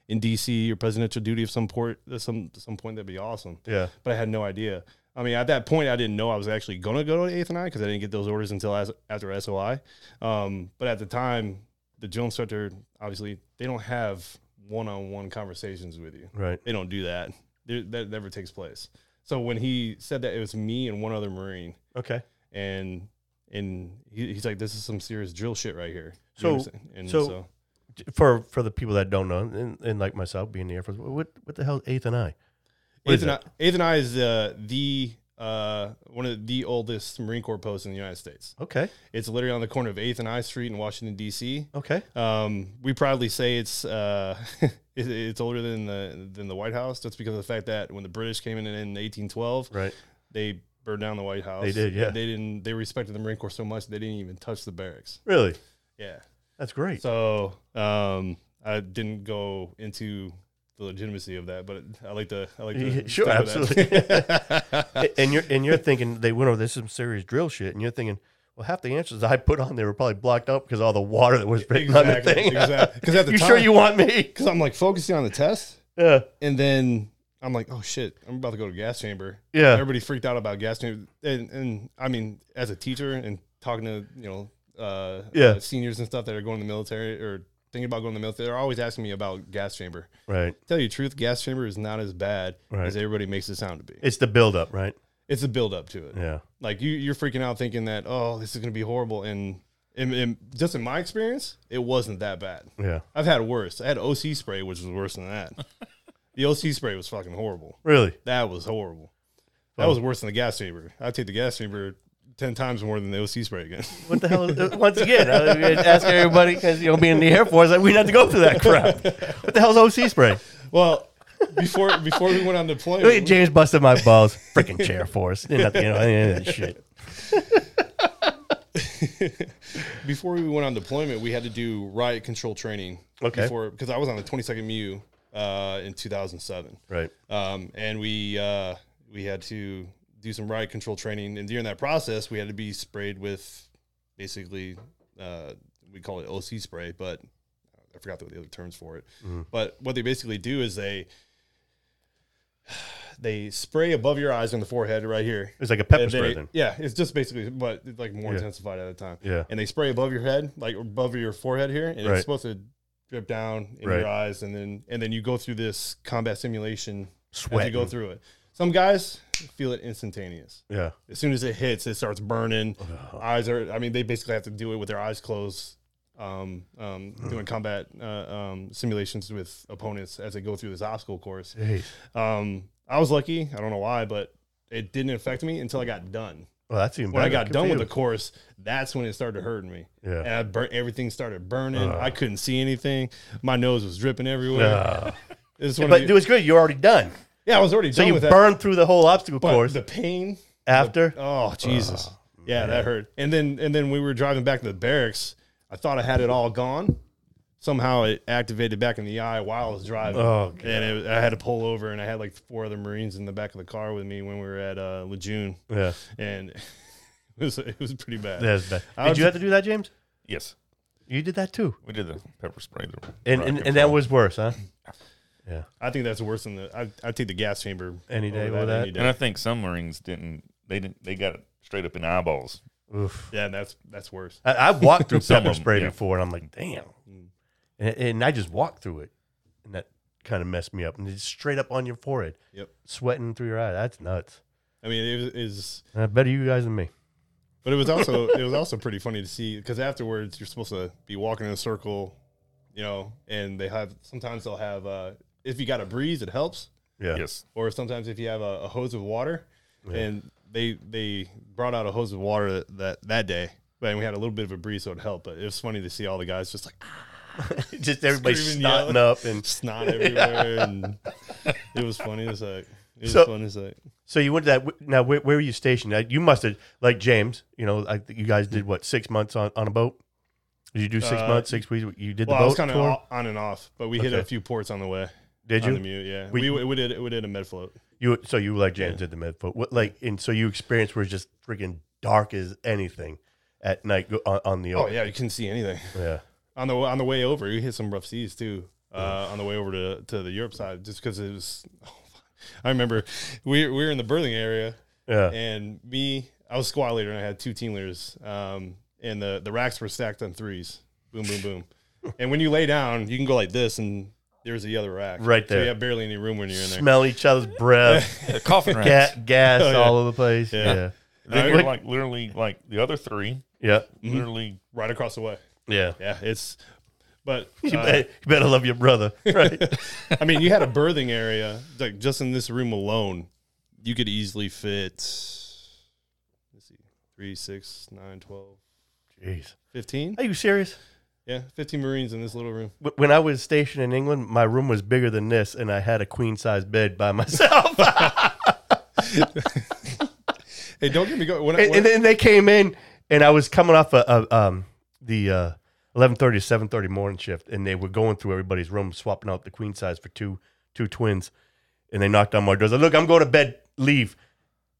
Speaker 3: in DC or presidential duty of some port uh, some some point that'd be awesome,
Speaker 1: Yeah.
Speaker 3: but I had no idea. I mean, at that point, I didn't know I was actually gonna go to Eighth and I because I didn't get those orders until as, after SOI. Um, but at the time, the drill instructor obviously they don't have one-on-one conversations with you
Speaker 1: Right.
Speaker 3: they don't do that. There, that never takes place. So when he said that, it was me and one other Marine,
Speaker 1: Okay.
Speaker 3: and and he, he's like, "This is some serious drill shit right here." You
Speaker 1: So-
Speaker 3: understand? and
Speaker 1: so- For for the people that don't know, and, and like myself being in the Air Force, what what the hell is eighth and I? What
Speaker 3: eighth
Speaker 1: is
Speaker 3: and, I, eighth and I is uh, the uh, one of the oldest Marine Corps posts in the United States.
Speaker 1: Okay.
Speaker 3: It's literally on the corner of Eighth and I Street in Washington D.C.
Speaker 1: Okay.
Speaker 3: Um, we proudly say it's uh, it, it's older than the than the White House. That's because of the fact that when the British came in in 1812,
Speaker 1: Right.
Speaker 3: they burned down the White House.
Speaker 1: They did, yeah.
Speaker 3: They didn't. They respected the Marine Corps so much they didn't even touch the barracks.
Speaker 1: Really?
Speaker 3: Yeah.
Speaker 1: That's great.
Speaker 3: So um, I didn't go into the legitimacy of that, but I like to. I like
Speaker 1: Yeah,
Speaker 3: to.
Speaker 1: sure,
Speaker 3: stick with that.
Speaker 1: A- and you're and you're thinking they went over this is some serious drill shit, and you're thinking, well, half the answers I put on there were probably blocked up because all the water that was written on the
Speaker 3: exactly.
Speaker 1: thing.
Speaker 3: Exactly. Because at the
Speaker 1: you
Speaker 3: time,
Speaker 1: sure you want me?
Speaker 3: because I'm like focusing on the test,
Speaker 1: Yeah.
Speaker 3: and then I'm like, oh shit, I'm about to go to gas chamber.
Speaker 1: Yeah.
Speaker 3: everybody freaked out about gas chambers. And, and I mean, as a teacher and talking to you know uh,
Speaker 1: Yeah.
Speaker 3: uh, seniors and stuff that are going to the military or thinking about going to the military, they're always asking me about gas chamber.
Speaker 1: Right.
Speaker 3: Tell you the truth, gas chamber is not as bad
Speaker 1: Right.
Speaker 3: as everybody makes it sound to be.
Speaker 1: It's the buildup, right?
Speaker 3: It's a build up to it.
Speaker 1: Yeah.
Speaker 3: Like you, you're freaking out thinking that oh, this is gonna be horrible. And, and, and just in my experience, it wasn't that bad.
Speaker 1: Yeah.
Speaker 3: I've had worse. I had OC spray, which was worse than that. the OC spray was fucking horrible.
Speaker 1: Really.
Speaker 3: That was horrible. That
Speaker 1: Well-
Speaker 3: was worse than the gas chamber. I take the gas chamber ten times more than the OC spray again.
Speaker 1: What the hell? Is, uh, once again, I mean, ask everybody because you know being in the Air Force, like, we had to go through that crap. What the hell's OC spray?
Speaker 3: well, before before we went on deployment,
Speaker 1: Wait, James busted my balls. Freaking chair force. Didn't have to, you know, any of that shit.
Speaker 3: before we went on deployment, we had to do riot control training.
Speaker 1: Okay.
Speaker 3: Before because I was on the 22nd MU uh, in 2007,
Speaker 1: Right.
Speaker 3: um, and we uh, we had to do some riot control training, and during that process, we had to be sprayed with basically uh, we call it OC spray, but I forgot the, the other terms for it. But what they basically do is they they spray above your eyes on the forehead right here.
Speaker 1: It was like a pepper
Speaker 3: And then
Speaker 1: spray
Speaker 3: it-
Speaker 1: then.
Speaker 3: yeah, it's just basically, but it's like more
Speaker 1: Yeah.
Speaker 3: intensified at a time.
Speaker 1: Yeah.
Speaker 3: And they spray above your head, like above your forehead here, and
Speaker 1: Right.
Speaker 3: it's supposed to drip down in
Speaker 1: Right.
Speaker 3: your eyes, and then and then you go through this combat simulation as you
Speaker 1: Sweating.
Speaker 3: go through it. Some guys feel it instantaneous.
Speaker 1: Yeah.
Speaker 3: As soon as it hits, it starts burning.
Speaker 1: Uh-huh.
Speaker 3: Eyes are, I mean, they basically have to do it with their eyes closed, um, um,
Speaker 1: Hmm.
Speaker 3: doing combat uh, um, simulations with opponents as they go through this obstacle course.
Speaker 1: Jeez.
Speaker 3: Um, I was lucky. I don't know why, but it didn't affect me until I got done.
Speaker 1: Well, that's even
Speaker 3: When I
Speaker 1: better.
Speaker 3: got
Speaker 1: Good
Speaker 3: done
Speaker 1: for
Speaker 3: with the
Speaker 1: you.
Speaker 3: course, that's when it started hurting me.
Speaker 1: Yeah. Uh.
Speaker 3: And I burnt, everything started burning.
Speaker 1: Ugh.
Speaker 3: I couldn't see anything. My nose was dripping everywhere.
Speaker 1: Ah.
Speaker 3: It's one of
Speaker 1: but
Speaker 3: the-
Speaker 1: it was good. You're already done.
Speaker 3: yeah, I was already
Speaker 1: So
Speaker 3: done
Speaker 1: you
Speaker 3: with that.
Speaker 1: burned through the whole obstacle
Speaker 3: But
Speaker 1: course
Speaker 3: the pain.
Speaker 1: after.
Speaker 3: Oh Jesus! yeah, that hurt. And then and then we were driving back to the barracks. I thought I had it all gone. Somehow it activated back in the eye while I was driving.
Speaker 1: Oh, God.
Speaker 3: and it, I had to pull over, and I had like four other Marines in the back of the car with me when we were at uh, Lejeune,
Speaker 1: yeah.
Speaker 3: and it was it was pretty bad.
Speaker 1: That's bad.
Speaker 3: I
Speaker 1: Did
Speaker 3: was-
Speaker 1: you have to do that, James?
Speaker 2: Yes,
Speaker 1: You did that too.
Speaker 2: we did the pepper spray. The
Speaker 1: And
Speaker 2: rock
Speaker 1: and, and that
Speaker 2: fall.
Speaker 1: was worse, huh? Yeah.
Speaker 3: I think that's worse than the. I I take the gas chamber
Speaker 1: Any day
Speaker 3: over
Speaker 1: with that?
Speaker 3: any day.
Speaker 2: And I think some Marines didn't. They didn't. They got it straight up in the eyeballs.
Speaker 1: Oof.
Speaker 3: yeah, that's that's worse.
Speaker 1: I, I walked through
Speaker 2: Some of
Speaker 1: pepper
Speaker 2: them,
Speaker 1: spray
Speaker 2: yeah.
Speaker 1: before, and I'm like, damn.
Speaker 3: Mm.
Speaker 1: And, and I just walked through it, and that kind of messed me up. And it's straight up on your forehead.
Speaker 3: Yep.
Speaker 1: Sweating through your eye. That's nuts.
Speaker 3: I mean, it was- is
Speaker 1: Uh, better you guys than me.
Speaker 3: But it was also it was also pretty funny to see because afterwards you're supposed to be walking in a circle, you know, and they have sometimes they'll have uh, if you got a breeze it helps,
Speaker 1: Yeah.
Speaker 2: Yes,
Speaker 3: or sometimes if you have a, a hose of water, and they they brought out a hose of water that that, that day, and we had a little bit of a breeze so it helped. But it was funny to see all the guys just like
Speaker 1: just everybody snotting
Speaker 3: Screaming, yelling.
Speaker 1: up, and
Speaker 3: snot everywhere, and it was funny. It was like it was
Speaker 1: So-
Speaker 3: funny. It's like
Speaker 1: So you went to that. Now, where, where were you stationed? Uh, You must have, like James, you know, I, think you guys did what six months on, on a boat. Did you do six
Speaker 3: Uh,
Speaker 1: months, six weeks? You did
Speaker 3: well, I
Speaker 1: the
Speaker 3: was
Speaker 1: boat
Speaker 3: kind
Speaker 1: tour?
Speaker 3: of on and off, but we hit
Speaker 1: Okay.
Speaker 3: a few ports on the way.
Speaker 1: did
Speaker 3: on the
Speaker 1: you?
Speaker 3: mute, yeah.
Speaker 1: We-
Speaker 3: We, we, did we did a med float.
Speaker 1: You so you like James did the med foot. What like and so you experienced where it's just freaking dark as anything at night go- on, on the
Speaker 3: Oh
Speaker 1: ocean.
Speaker 3: yeah, you couldn't see anything.
Speaker 1: yeah.
Speaker 3: on the on the way over, we hit some rough seas too. Uh, on the way over to, to the Europe side, just because it was. I remember we we were in the berthing area,
Speaker 1: yeah,
Speaker 3: and me, I was squad leader, and I had two team leaders. Um, and the the racks were stacked on threes, boom, boom, boom. and when you lay down, you can go like this, and there's the other rack
Speaker 1: Right
Speaker 3: So
Speaker 1: there.
Speaker 3: you have barely any room when you're in there.
Speaker 1: Smell each other's breath,
Speaker 2: the Uh, coffin racks.
Speaker 1: ga- gas
Speaker 3: Oh, yeah.
Speaker 1: all over the place.
Speaker 3: Yeah.
Speaker 1: Yeah,
Speaker 2: They
Speaker 3: I-
Speaker 2: were like literally like the other three.
Speaker 1: yeah,
Speaker 3: Mm-hmm.
Speaker 2: Literally,
Speaker 3: right across the way.
Speaker 1: yeah.
Speaker 3: Yeah, it's. But
Speaker 1: You,
Speaker 3: uh,
Speaker 1: bet- you better love your brother, right?
Speaker 3: I mean, you had a birthing area like just in this room alone, you could easily fit. Let's see, three, six, nine, twelve,
Speaker 1: Jeez,
Speaker 3: fifteen.
Speaker 1: are you serious?
Speaker 3: Yeah, fifteen Marines in this little room.
Speaker 1: Wh- when I was stationed in England, my room was bigger than this, and I had a queen size bed by myself.
Speaker 3: Hey, don't get me going. When I,
Speaker 1: and,
Speaker 3: when,
Speaker 1: and then they came in, and I was coming off a, a um the uh, eleven thirty to seven thirty morning shift, and they were going through everybody's room, swapping out the queen size for two two twins, and they knocked on my door. I said, "Look, I'm going to bed. Leave."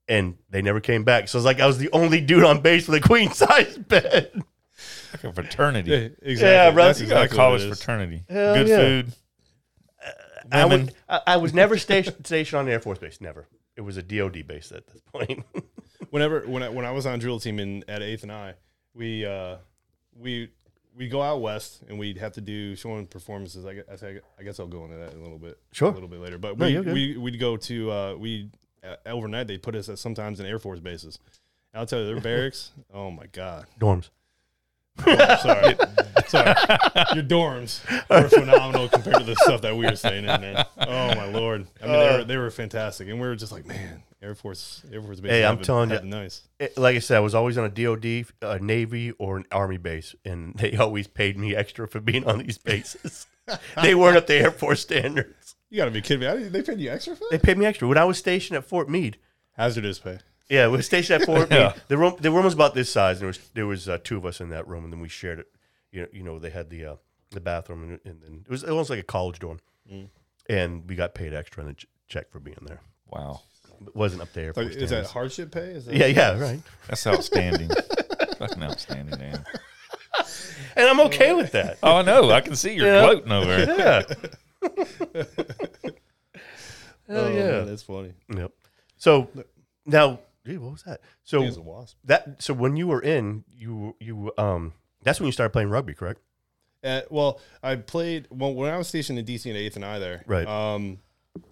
Speaker 1: And they never came back. So it's like I was the only dude on base with a queen size bed.
Speaker 2: like a fraternity.
Speaker 3: Yeah, exactly.
Speaker 1: Yeah, bro,
Speaker 3: That's
Speaker 1: you
Speaker 2: You got a
Speaker 3: exactly
Speaker 2: college
Speaker 3: what it is.
Speaker 2: fraternity.
Speaker 1: Hell
Speaker 2: Good
Speaker 1: yeah.
Speaker 2: food. Uh,
Speaker 1: I was,
Speaker 2: Women.
Speaker 1: I, I was never stationed, stationed on an Air Force Base. Never. It was a DOD base at this point.
Speaker 3: Whenever when I, when I was on drill team in at Eighth and I, we uh, we we go out west and we'd have to do showing performances. I guess, I guess I'll go into that in a little bit.
Speaker 1: Sure.
Speaker 3: a little bit later. But
Speaker 1: No,
Speaker 3: we,
Speaker 1: you're good.
Speaker 3: we we'd go to uh, we uh, overnight. They put us at sometimes in Air Force bases. I'll tell you, their barracks. Oh my god!
Speaker 1: Dorms.
Speaker 3: Oh, sorry, sorry. Your dorms were phenomenal compared to the stuff that we were staying in there. Oh my lord! I mean,
Speaker 1: Uh,
Speaker 3: they were they were fantastic, and we were just like, man, Air Force Air Force base.
Speaker 1: Hey, I'm
Speaker 3: have it-
Speaker 1: telling
Speaker 3: have
Speaker 1: ya.
Speaker 3: it nice.
Speaker 1: it- like I said, I was always on a DOD, a Navy, or an Army base, and they always paid me extra for being on these bases. they weren't up to Air Force standards.
Speaker 3: You got to be kidding me! I didn't- they paid you extra for that?
Speaker 1: They paid me extra when I was stationed at Fort Meade.
Speaker 3: Hazardous pay.
Speaker 1: Yeah, we were stationed at Fort
Speaker 2: Yeah.
Speaker 1: Meade. The room, the room was about this size. And there was there was uh, two of us in that room, and then we shared it. You know, you know, they had the uh, the bathroom, and, and, and it was almost like a college dorm.
Speaker 3: Mm.
Speaker 1: And we got paid extra and a ch- check for being there.
Speaker 2: Wow,
Speaker 1: It wasn't up to Air
Speaker 3: Like,
Speaker 1: Force
Speaker 3: is that
Speaker 1: standards.
Speaker 3: hardship pay? Is that
Speaker 1: yeah, yeah, right.
Speaker 2: that's outstanding. Fucking outstanding, man.
Speaker 1: And I'm okay with that.
Speaker 2: Oh, I know. I can see you're
Speaker 1: Yeah.
Speaker 2: gloating over. it.
Speaker 1: Yeah. Hell
Speaker 3: Oh,
Speaker 1: yeah.
Speaker 3: man, that's funny.
Speaker 1: Yep. So now, gee, what was that? So
Speaker 3: He's a wasp.
Speaker 1: that so when you were in, you you um that's when you started playing rugby, correct?
Speaker 3: Uh, well, I played well, when I was stationed in DC in Eighth and I there.
Speaker 1: Right.
Speaker 3: Um,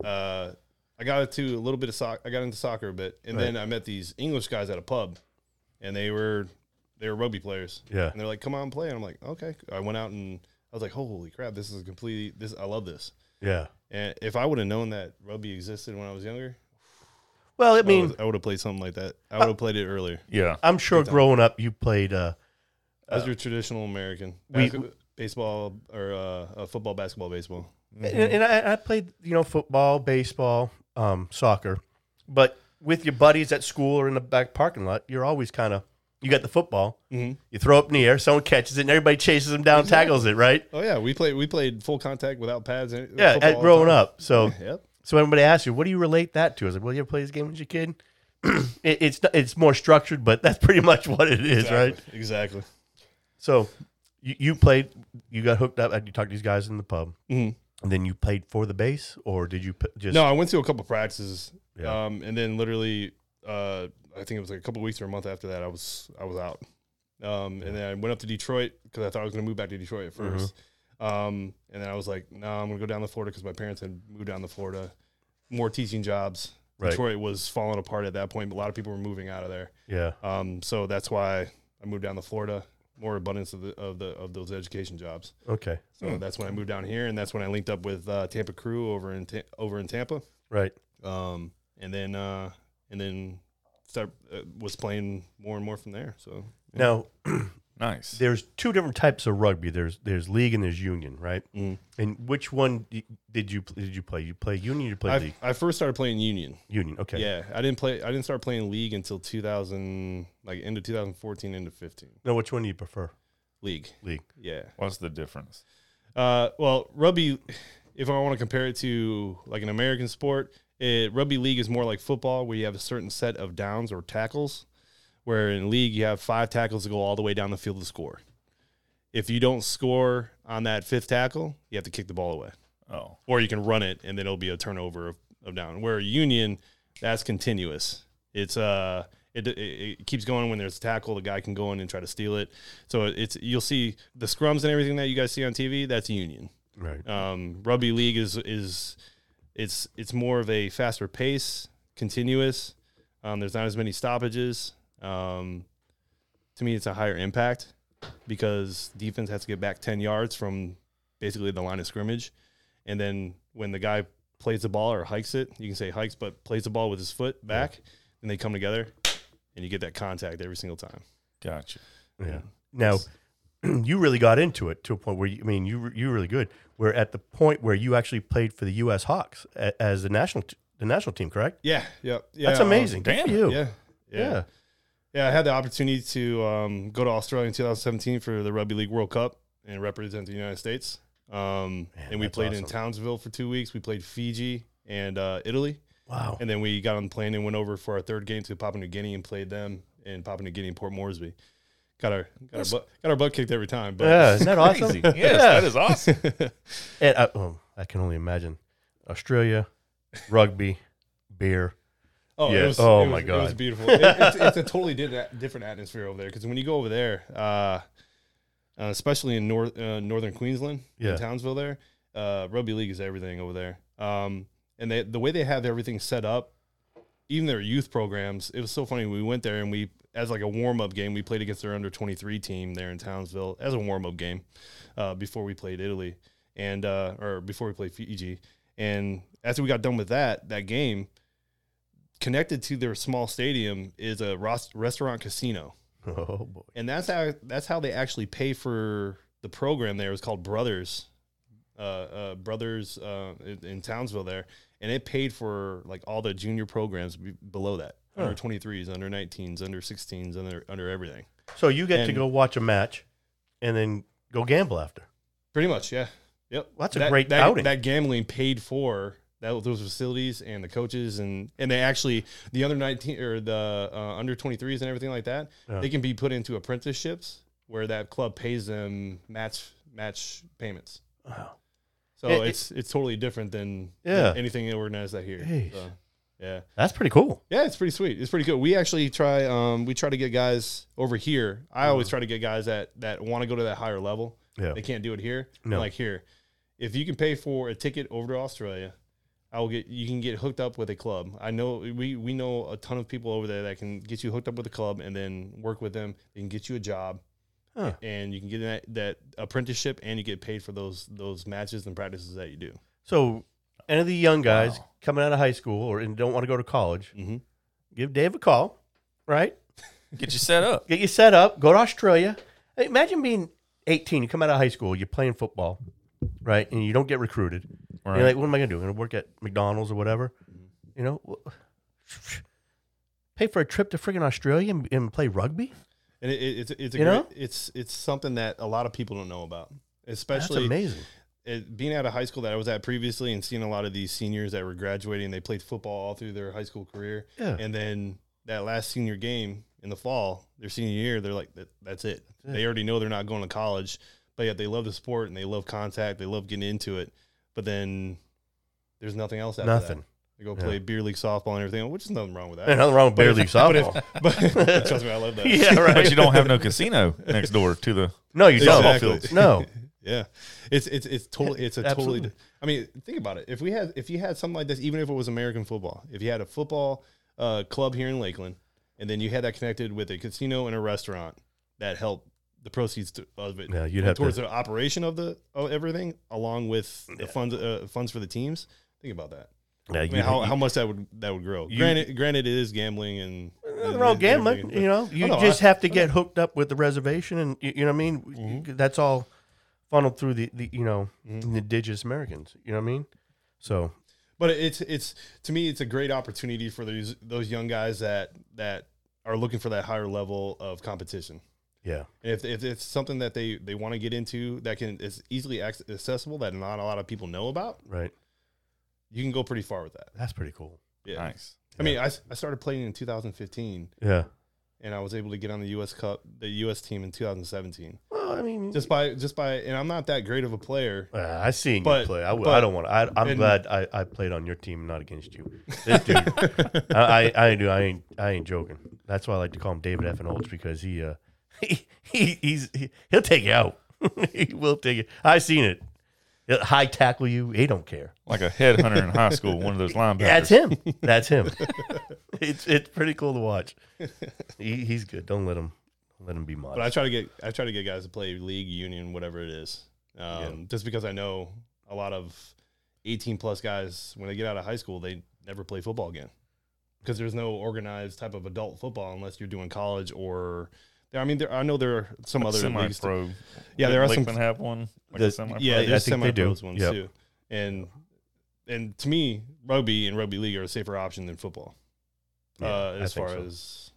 Speaker 3: uh, I got into a little bit of soccer. I got into soccer a bit, and then I met these English guys at a pub, and they were they were rugby players.
Speaker 1: Yeah.
Speaker 3: And they're like, "Come on, and play." And I'm like, "Okay." I went out and I was like, "Holy crap! This is a completely this. I love this."
Speaker 1: Yeah.
Speaker 3: And if I would have known that rugby existed when I was younger,
Speaker 1: Well, I
Speaker 3: I
Speaker 1: mean,
Speaker 3: was- I would have played something like that. I would have played it earlier.
Speaker 2: Yeah.
Speaker 1: I'm sure
Speaker 3: Exactly.
Speaker 1: growing up you played. Uh,
Speaker 3: As
Speaker 1: Uh,
Speaker 3: your traditional American,
Speaker 1: we-
Speaker 3: basket- baseball or uh, uh, football, basketball, baseball.
Speaker 1: and, and I, I played you know football, baseball, um, soccer, but with your buddies at school or in the back parking lot, you're always kind of you got the football,
Speaker 3: Mhm.
Speaker 1: you throw it up in the air, someone catches it, and everybody chases them down, tackles it, right?
Speaker 3: Oh yeah, we played we played full contact without pads. and-
Speaker 1: Yeah,
Speaker 3: football all
Speaker 1: at
Speaker 3: the
Speaker 1: growing
Speaker 3: time.
Speaker 1: up. So
Speaker 3: Yep.
Speaker 1: so when everybody asks you, what do you relate that to? I was like, well, you ever play this game as a kid? it, it's not- it's more structured, but that's pretty much what it is, right?
Speaker 3: Exactly.
Speaker 1: So you, you played, you got hooked up, and you talked to these guys in the pub,
Speaker 3: Mhm.
Speaker 1: and then you played for the base, or did you p- just
Speaker 3: No, I went to a couple practices,
Speaker 1: Yeah.
Speaker 3: um, and then literally, uh, I think it was like a couple weeks or a month after that, I was I was out, um, and then I went up to Detroit because I thought I was going to move back to Detroit at
Speaker 1: Mm-hmm.
Speaker 3: 1st um, and then I was like, no, I'm going to go down to Florida because my parents had moved down to Florida, more teaching jobs.
Speaker 1: Right.
Speaker 3: Detroit was falling apart at that point, but a lot of people were moving out of there,
Speaker 1: yeah
Speaker 3: um, so that's why I moved down to Florida, more abundance of the of the of those education jobs.
Speaker 1: okay
Speaker 3: So that's when I moved down here, and that's when I linked up with uh, Tampa Crew over in Ta- over in Tampa
Speaker 1: right
Speaker 3: um, and then uh, and then start uh, was playing more and more from there. So
Speaker 1: now
Speaker 2: Nice.
Speaker 1: there's two different types of rugby there's there's league and there's union right
Speaker 3: Mhm.
Speaker 1: and which one d- did you did you play you play union or you play
Speaker 3: I,
Speaker 1: league
Speaker 3: I first started playing union.
Speaker 1: union okay
Speaker 3: Yeah, I didn't play. I didn't start playing league until 2000, like end of 2014, into 15
Speaker 1: now which one do you prefer
Speaker 3: league.
Speaker 1: league
Speaker 3: Yeah.
Speaker 2: What's the difference?
Speaker 3: Uh, well, rugby. If I want to compare it to like an American sport, it, rugby league is more like football, where you have a certain set of downs or tackles. Where in league you have five tackles to go all the way down the field to score. If you don't score on that fifth tackle, you have to kick the ball away,
Speaker 2: Oh,
Speaker 3: or you can run it and then it'll be a turnover of, of down. Where union, that's continuous. It's uh, it, it, it keeps going when there's a tackle. The guy can go in and try to steal it. So it's you'll see the scrums and everything that you guys see on TV. That's union
Speaker 1: right
Speaker 3: um, rugby league is is it's it's more of a faster pace, continuous. Um, there's not as many stoppages. Um, to me, it's a higher impact because defense has to get back ten yards from basically the line of scrimmage, and then when the guy plays the ball or hikes it, you can say hikes, but plays the ball with his foot back, and they come together, and you get that contact every single time.
Speaker 2: gotcha.
Speaker 1: yeah now you really got into it to a point where you, I mean you were- you were really good where at the point where you actually played for the U.S. Hawks a, as the national t- the national team correct
Speaker 3: Yeah, yeah, yeah.
Speaker 1: that's
Speaker 3: um,
Speaker 1: amazing Good
Speaker 2: damn
Speaker 1: for
Speaker 2: it.
Speaker 1: you
Speaker 3: Yeah, yeah.
Speaker 1: yeah.
Speaker 3: Yeah, I had the opportunity to um, go to Australia in 2017 for the Rugby League World Cup and represent the United States. Um,
Speaker 1: Man,
Speaker 3: and we
Speaker 1: that's
Speaker 3: played in
Speaker 1: awesome.
Speaker 3: Townsville for two weeks. We played Fiji and uh, Italy.
Speaker 1: wow
Speaker 3: And then we got on the plane and went over for our third game to Papua New Guinea and played them in Papua New Guinea and Port Moresby. Got our got our, butt, got our butt kicked every time, but
Speaker 1: yeah isn't that awesome
Speaker 2: Crazy. Yes, that is awesome.
Speaker 1: And I, oh, I can only imagine Australia, rugby, beer.
Speaker 3: Oh,
Speaker 1: Yeah.
Speaker 3: it was,
Speaker 1: Oh,
Speaker 3: it was-
Speaker 1: my
Speaker 3: it was
Speaker 1: God.
Speaker 3: beautiful. It- it's, it's a totally di- different atmosphere over there because when you go over there, uh, uh, especially in north uh, northern Queensland,
Speaker 1: Yeah.
Speaker 3: in Townsville, there, uh, rugby league is everything over there. Um, and they, the way they have everything set up, even their youth programs, it was so funny. We went there and we, as like a warm up game, we played against their under twenty three team there in Townsville as a warm up game uh, before we played Italy and uh, or before we played Fiji. And after we got done with that that game, connected to their small stadium is a ros- restaurant casino,
Speaker 1: Oh boy.
Speaker 3: and that's how that's how they actually pay for the program. There It's called Brothers, uh, uh, Brothers uh, in, in Townsville there, and it paid for like all the junior programs be- below that. Under twenty threes, under nineteens, under sixteens, under under everything.
Speaker 1: So you get to
Speaker 3: And-
Speaker 1: go watch a match, and then go gamble after.
Speaker 3: Pretty much, yeah. Yep.
Speaker 1: Well, that's a
Speaker 3: that,
Speaker 1: great
Speaker 3: that,
Speaker 1: outing.
Speaker 3: That gambling paid for that those facilities and the coaches and and they actually the under nineteen or the uh, under twenty threes and everything like that.
Speaker 1: Yeah.
Speaker 3: They can be put into apprenticeships where that club pays them match match payments.
Speaker 1: Wow.
Speaker 3: So
Speaker 1: It- it-
Speaker 3: it's it's totally different than
Speaker 1: Yeah.
Speaker 3: than anything organized that here.
Speaker 1: Jeez.
Speaker 3: So, yeah.
Speaker 1: That's pretty cool.
Speaker 3: Yeah, it's pretty sweet. It's pretty good. We actually try. Um, we try to get guys over here. I
Speaker 1: Uh-huh.
Speaker 3: always try to get guys that that want to go to that higher level.
Speaker 1: Yeah.
Speaker 3: they can't do it here.
Speaker 1: No.
Speaker 3: I'm like here, if you can pay for a ticket over to Australia, I will get. You can get hooked up with a club. I know we we know a ton of people over there that can get you hooked up with a club and then work with them. They can get you a job,
Speaker 1: Huh.
Speaker 3: and you can get that that apprenticeship, and you get paid for those those matches and practices that you do.
Speaker 1: So any of the young guys
Speaker 2: Wow.
Speaker 1: coming out of high school or and don't want to go to college,
Speaker 3: Mm-hmm.
Speaker 1: give Dave a call, right?
Speaker 2: Get you set up.
Speaker 1: Get you set up, go to Australia. Hey, Imagine being 18, you come out of high school, you're playing football, right? And you don't get recruited. And
Speaker 2: Right.
Speaker 1: You're like, what am I going to do? I'm going to work at McDonald's or whatever.
Speaker 3: Mm-hmm.
Speaker 1: You know, Wh- pay for a trip to friggin' Australia and, and play rugby?
Speaker 3: And it, it, it's it's a
Speaker 1: You
Speaker 3: great,
Speaker 1: know?
Speaker 3: it's it's something that a lot of people don't know about,
Speaker 1: That's
Speaker 3: especially
Speaker 1: amazing.
Speaker 3: it, being out of high school that I was at previously and seeing a lot of these seniors that were graduating, they played football all through their high school career.
Speaker 1: Yeah.
Speaker 3: And then that last senior game in the fall, their senior year, they're like, that, that's it.
Speaker 1: it.
Speaker 3: They already know they're not going to college, but yet they love the sport and they love contact. They love getting into it. But then there's nothing else after
Speaker 1: Nothing.
Speaker 3: that. They go
Speaker 1: Yeah.
Speaker 3: play beer league softball and everything, which is nothing wrong with that.
Speaker 1: Ain't nothing wrong with beer league
Speaker 3: But if-
Speaker 1: softball.
Speaker 3: But trust me, I love that.
Speaker 1: yeah,
Speaker 2: But
Speaker 1: right.
Speaker 2: you don't have no casino next door to the.
Speaker 1: No, you don't.
Speaker 2: Exactly.
Speaker 1: No.
Speaker 3: Yeah, it's it's it's totally it's a totally.
Speaker 1: Absolutely.
Speaker 3: I mean, think about it. If we had if you had something like this, even if it was American football, if you had a football uh, club here in Lakeland, and then you had that connected with a casino and a restaurant, that helped the proceeds to, of it
Speaker 1: Yeah, you'd have
Speaker 3: towards
Speaker 1: to.
Speaker 3: the operation of the of everything, along with the funds uh, funds for the teams. Think about that.
Speaker 1: Yeah,
Speaker 3: I
Speaker 1: you,
Speaker 3: mean, how,
Speaker 1: you-
Speaker 3: how much that would that would grow.
Speaker 1: you-
Speaker 3: granted, granted, it is gambling and
Speaker 1: Nothing wrong with gambling, you know. You
Speaker 3: Oh, no,
Speaker 1: just
Speaker 3: I-
Speaker 1: have to get hooked up with the reservation, and you, you know what I mean. Mm-hmm. That's all funneled through the, the you know indigenous Americans. You know what I mean. So
Speaker 3: but it's it's to me it's a great opportunity for those those young guys that that are looking for that higher level of competition
Speaker 1: yeah,
Speaker 3: and if, if it's something that they they want to get into that can is easily ac- accessible that not a lot of people know about
Speaker 1: right.
Speaker 3: you can go pretty far with that
Speaker 1: That's pretty cool.
Speaker 3: yeah
Speaker 2: Nice.
Speaker 3: i mean I, s- I started playing in 2015
Speaker 1: Yeah.
Speaker 3: and i was able to get on the us cup the us team in 2017
Speaker 1: Well, I mean,
Speaker 3: just by just by and i'm not that great of a player
Speaker 1: uh, I seen
Speaker 3: but-
Speaker 1: you play. I, w-
Speaker 3: but-
Speaker 1: I don't want. to. I, I'm
Speaker 3: and-
Speaker 1: glad I, I played on your team, not against you. This dude, I, I I do. I ain't I ain't joking. That's why I like to call him David F. and Olds because he uh he, he he's he, he'll take you out. he will take it. I seen it. He'll high tackle you. He don't care.
Speaker 2: Like a headhunter in high school, one of those linebackers.
Speaker 1: Yeah, that's him. That's him. it's it's pretty cool to watch. He, he's good. Don't let him let him be
Speaker 3: But I
Speaker 1: modest.
Speaker 3: try to get I try to get guys to play league, union, whatever it is, um,
Speaker 1: Yeah.
Speaker 3: just because I know a lot of eighteen plus guys when they get out of high school they never play football again because there's no organized type of adult football unless you're doing college or I mean there I know there are some
Speaker 2: Like
Speaker 3: other leagues.
Speaker 2: semi-pro.
Speaker 3: Yeah, there are some-
Speaker 2: Lakeland have one. Like
Speaker 1: The-
Speaker 2: a semi-pro.
Speaker 3: yeah,
Speaker 1: I
Speaker 3: there's
Speaker 1: think
Speaker 3: semi
Speaker 1: they do.
Speaker 3: pros ones
Speaker 1: Yep.
Speaker 3: too, and and to me rugby and rugby league are a safer option than football uh,
Speaker 1: Yeah, I
Speaker 3: as
Speaker 1: think
Speaker 3: far
Speaker 1: so.
Speaker 3: as,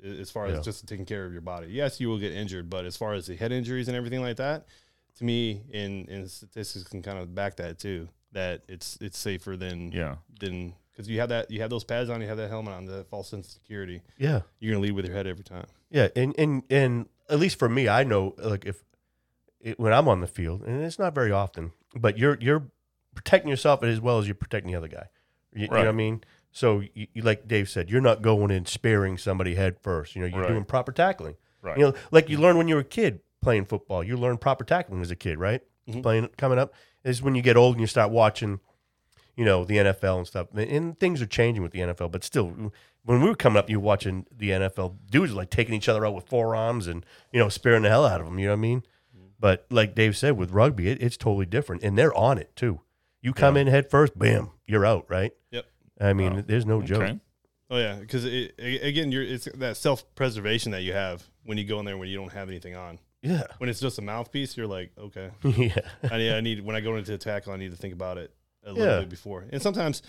Speaker 3: as as far
Speaker 1: Yeah.
Speaker 3: as just taking care of your body. Yes, you will get injured, but as far as the head injuries and everything like that, to me, in in statistics can kind of back that too. That it's it's safer than
Speaker 2: Yeah.
Speaker 3: than because you have that you have those pads on, you have that helmet on, that false sense of security.
Speaker 1: yeah.
Speaker 3: You're gonna lead with your head every time.
Speaker 1: Yeah, and and and at least for me, I know like if it, when I'm on the field, and it's not very often, but you're you're protecting yourself as well as you're protecting the other guy. You, you know what I
Speaker 2: Right.
Speaker 1: mean? So, you, you- like Dave said, you're not going in sparing somebody head first. You know, you're
Speaker 2: Right.
Speaker 1: doing proper tackling.
Speaker 2: Right.
Speaker 1: You know, like you learn when you were a kid playing football, you learn proper tackling as a kid, right?
Speaker 2: Mm-hmm.
Speaker 3: Mhm.
Speaker 1: Playing coming up is when you get old and you start watching, you know, the NFL and stuff. And- And things are changing with the NFL, but still, when we were coming up, you were watching the NFL dudes like taking each other out with forearms and you know sparing the hell out of them. You know what I mean?
Speaker 2: Mm-hmm.
Speaker 1: But like Dave said, with rugby, it, it's totally different, and they're on it too. You come in head first, bam, you're out, right?
Speaker 3: Yep.
Speaker 1: I mean, there's no joke.
Speaker 2: Okay.
Speaker 3: Oh yeah, because again, you're it's that self preservation that you have when you go in there when you don't have anything on.
Speaker 1: Yeah,
Speaker 3: When it's just a mouthpiece, you're like, okay,
Speaker 1: yeah,
Speaker 3: I need, I need when I go into a tackle, I need to think about it a little
Speaker 1: Yeah.
Speaker 3: bit before. And sometimes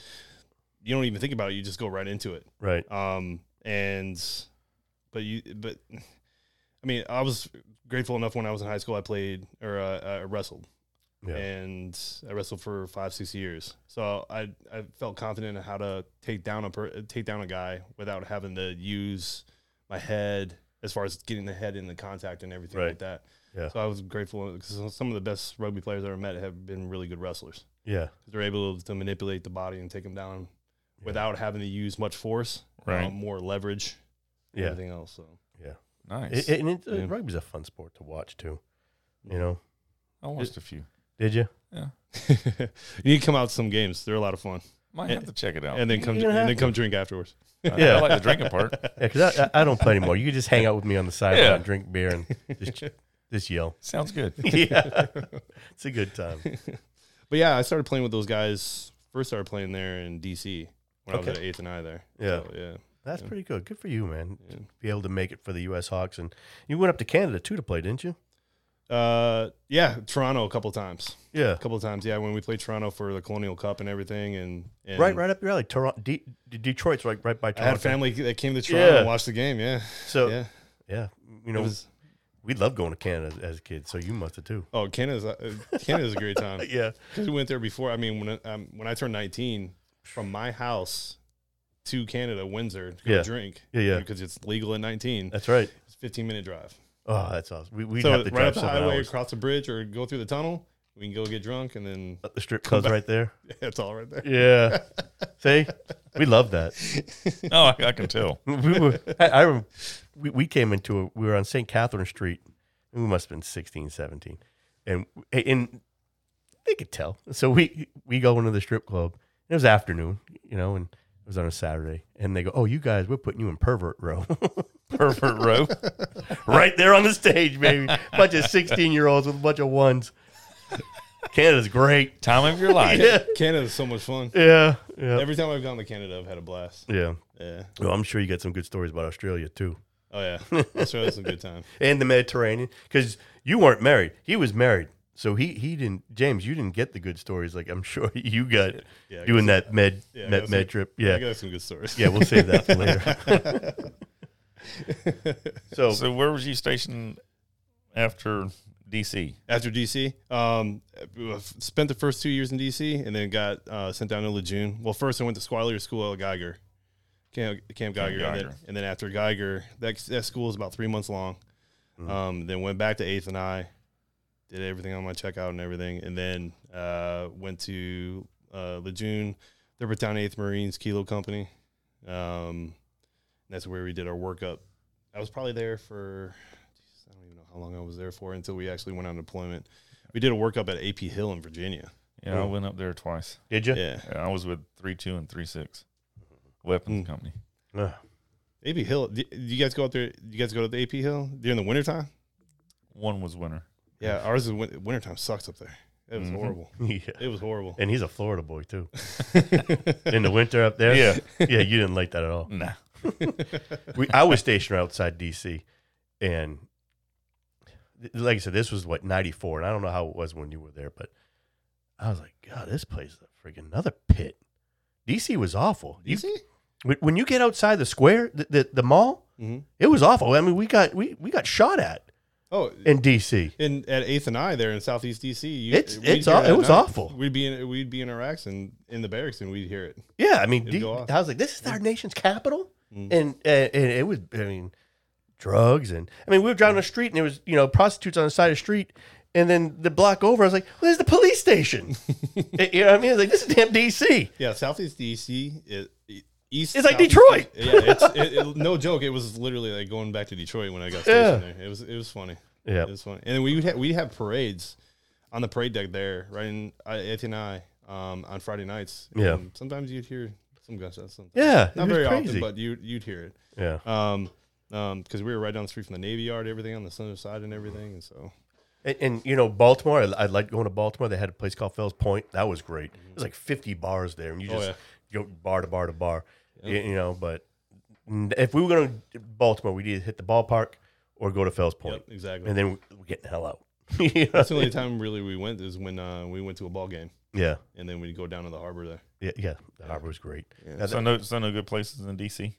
Speaker 3: you don't even think about it; you just go right into it.
Speaker 1: right.
Speaker 3: Um, and but you, but I mean, I was grateful enough when I was in high school. I played or uh, I wrestled,
Speaker 1: Yeah.
Speaker 3: and I wrestled for five, six years. So I I felt confident in how to take down a per, take down a guy without having to use my head as far as getting the head in the contact and everything
Speaker 1: Right.
Speaker 3: like that.
Speaker 1: Yeah.
Speaker 3: So I was grateful because some of the best rugby players I ever met have been really good wrestlers.
Speaker 1: Yeah,
Speaker 3: They're able to manipulate the body and take them down without having to use much force,
Speaker 2: Right.
Speaker 3: um, more leverage, and
Speaker 1: yeah.
Speaker 3: everything else. So
Speaker 2: Nice.
Speaker 1: It, it- and it, uh,
Speaker 2: Yeah.
Speaker 1: rugby's a fun sport to watch too. You know,
Speaker 2: I watched a few.
Speaker 1: did you?
Speaker 3: you need to come out to some games. They're a lot of fun,
Speaker 2: Might have to check it
Speaker 1: Oh.
Speaker 2: out.
Speaker 3: and then come
Speaker 1: You're gonna
Speaker 3: and
Speaker 1: have
Speaker 3: then come drink afterwards.
Speaker 2: I,
Speaker 1: Yeah.
Speaker 2: I like the drinking part.
Speaker 1: Yeah, because I, I don't play anymore. You can just hang out with me on the sideline,
Speaker 2: Yeah.
Speaker 1: drink beer, and just just yell.
Speaker 2: Sounds good.
Speaker 1: yeah, it's a good time.
Speaker 3: But yeah, I started playing with those guys first started playing there in DC when I was
Speaker 1: Okay.
Speaker 3: at eighth and I there.
Speaker 1: Yeah.
Speaker 3: So, yeah.
Speaker 1: That's
Speaker 3: Yeah.
Speaker 1: pretty good. Good for you, man.
Speaker 3: Yeah.
Speaker 1: Be able to make it for the U.S. Hawks, and you went up to Canada too to play, didn't you?
Speaker 3: Uh, yeah, Toronto a couple times.
Speaker 1: Yeah.
Speaker 3: A couple times, yeah, when we played Toronto for the Colonial Cup and everything, and, and
Speaker 1: Right, right up your alley. Toronto, D- D- Detroit's right, right by
Speaker 3: I
Speaker 1: Toronto.
Speaker 3: had family that came to Toronto
Speaker 1: Yeah.
Speaker 3: and watched the game. Yeah,
Speaker 1: So yeah,
Speaker 3: yeah.
Speaker 1: you know,
Speaker 3: it was
Speaker 1: we loved going to Canada as a kid. So you must have too.
Speaker 3: oh Canada's uh, Canada's a great time.
Speaker 1: Yeah.
Speaker 3: 'Cause we went there before. I mean, when I- um, when I turned nineteen, from my house to Canada, Windsor, to go
Speaker 1: Yeah.
Speaker 3: drink,
Speaker 1: Yeah, yeah.
Speaker 3: because it's legal at nineteen.
Speaker 1: That's right.
Speaker 3: It's a fifteen minute drive.
Speaker 1: Oh, that's awesome. We, we'd
Speaker 3: so
Speaker 1: have to
Speaker 3: right up
Speaker 1: drive
Speaker 3: the
Speaker 1: seven
Speaker 3: highway,
Speaker 1: hours.
Speaker 3: across the bridge, or go through the tunnel. We can go get drunk, and then
Speaker 1: The strip club's right there.
Speaker 3: it's all right there.
Speaker 1: Yeah. See, we love that.
Speaker 2: No, I, I can tell.
Speaker 1: we were, I, I rem- we, we came into a, we were on St. Catherine Street. We must have been 16, 17. And, and they could tell. So we, we go into the strip club. It was afternoon, you know, and it was on a Saturday. And they go, Oh, you guys, we're putting you in pervert row.
Speaker 2: Pervert row.
Speaker 1: right there on the stage, baby. Bunch of 16 year olds with a bunch of ones. Canada's great.
Speaker 2: Time of your life.
Speaker 1: Yeah.
Speaker 3: Canada's so much fun.
Speaker 1: Yeah. Yeah.
Speaker 3: Every time I've gone to Canada, I've had a blast.
Speaker 1: Yeah.
Speaker 3: Yeah.
Speaker 1: Well, I'm sure you got some good stories about Australia, too.
Speaker 3: Oh yeah, Australia's a good time.
Speaker 1: and the Mediterranean because you weren't married. He was married, so he he didn't. James, you didn't get the good stories like I'm sure you got
Speaker 3: Yeah, I
Speaker 1: doing that med
Speaker 3: Yeah, I
Speaker 1: med,
Speaker 3: guess
Speaker 1: med
Speaker 3: so.
Speaker 1: trip.
Speaker 3: I
Speaker 1: Yeah,
Speaker 3: got some good stories.
Speaker 1: yeah, we'll save that for later. so,
Speaker 2: So where was you stationed after DC?
Speaker 3: After DC, um, uh, spent the first two years in DC, and then got uh, sent down to Lejeune. Well, first I went to Squire School at Geiger, Camp, Camp Geiger, and then-
Speaker 2: Geiger.
Speaker 3: and then after Geiger, that that school is about three months long.
Speaker 1: Mhm.
Speaker 3: Um, then went back to Eighth and I, did everything on my checkout and everything, and then uh, went to uh, Lejeune, Town Eighth Marines Kilo Company. Um, that's where we did our workup. I was probably there for I don't even know how long I was there for until we actually went on deployment. We did a workup at AP Hill in Virginia.
Speaker 2: Yeah, I went up there twice.
Speaker 1: did you?
Speaker 3: Yeah.
Speaker 2: Yeah, I was with three two and three six weapons
Speaker 3: Mm.
Speaker 2: company.
Speaker 1: Ah,
Speaker 3: AP Hill. Do do you guys go out there? do You guys go to the AP Hill during the wintertime?
Speaker 2: One was winner.
Speaker 3: Yeah, ours is win- wintertime sucks up there. It was
Speaker 2: Mhm.
Speaker 3: horrible.
Speaker 1: yeah.
Speaker 3: It was horrible.
Speaker 1: Mm-hmm. And he's a Florida boy too. In the winter up there, yeah, you didn't like that at all.
Speaker 2: Nah.
Speaker 1: We, I was stationed outside D.C. and th- like I said, this was what '94, and I don't know how it was when you were there, but I was like, God, this place is a freaking another pit. D.C. was awful. You-
Speaker 3: DC?
Speaker 1: When- when you get outside the square, the, the, the mall,
Speaker 3: Mhm.
Speaker 1: it was awful. I mean, we got we, we got shot at
Speaker 3: Oh,
Speaker 1: in D.C.
Speaker 3: in at Eighth and I there in Southeast DC, you,
Speaker 1: It's-
Speaker 3: we'd
Speaker 1: it's
Speaker 3: hear
Speaker 1: aw- it
Speaker 3: at
Speaker 1: was
Speaker 3: night.
Speaker 1: awful.
Speaker 3: We'd be in we'd be in our racks and in the barracks and we'd hear it.
Speaker 1: Yeah, I mean,
Speaker 3: It'd
Speaker 1: D-
Speaker 3: go off.
Speaker 1: I was like, this is our nation's capital,
Speaker 3: Mm.
Speaker 1: and, and and it was, I mean, drugs and I mean, we were driving the street and there was you know prostitutes on the side of the street, and then the block over, I was like, well, there's the police station. you know what I mean? I was like, this is damn D.C.
Speaker 3: Yeah, Southeast DC is e, east.
Speaker 1: It's like
Speaker 3: Southeast
Speaker 1: Detroit.
Speaker 3: DC yeah, it's it, it- no joke. It was literally like going back to Detroit when I got stationed there. It was it was funny.
Speaker 1: Yeah,
Speaker 3: It was funny. And then we would have, we'd have parades on the parade deck there, right in I- Eighth and I, um, on Friday nights.
Speaker 1: Yeah.
Speaker 3: And sometimes you'd hear some gunshots. Sometimes.
Speaker 1: yeah, it
Speaker 3: Not
Speaker 1: was
Speaker 3: very
Speaker 1: crazy.
Speaker 3: often, but you you'd hear it.
Speaker 1: yeah,
Speaker 3: Um, um, because we were right down the street from the Navy Yard, everything on the southern side and everything, and so
Speaker 1: and, and, you know, Baltimore, I, I liked going to Baltimore. They had a place called Fell's Point. That was great. There's like 50 bars there, and you
Speaker 3: Mm-hmm. Oh,
Speaker 1: just
Speaker 3: yeah.
Speaker 1: go bar to bar to bar. y- You, know, but n- if we were going to Baltimore, we'd either hit the ballpark or go to Fell's Point.
Speaker 3: Yep, exactly.
Speaker 1: and then we- we're getting the hell out. You know?
Speaker 3: That's the only time really we went is when uh, we went to a ball game,
Speaker 1: yeah,
Speaker 3: and then we'd go down to the harbor there.
Speaker 1: yeah, yeah. The harbor was great. Now
Speaker 2: So no, so no good places in DC.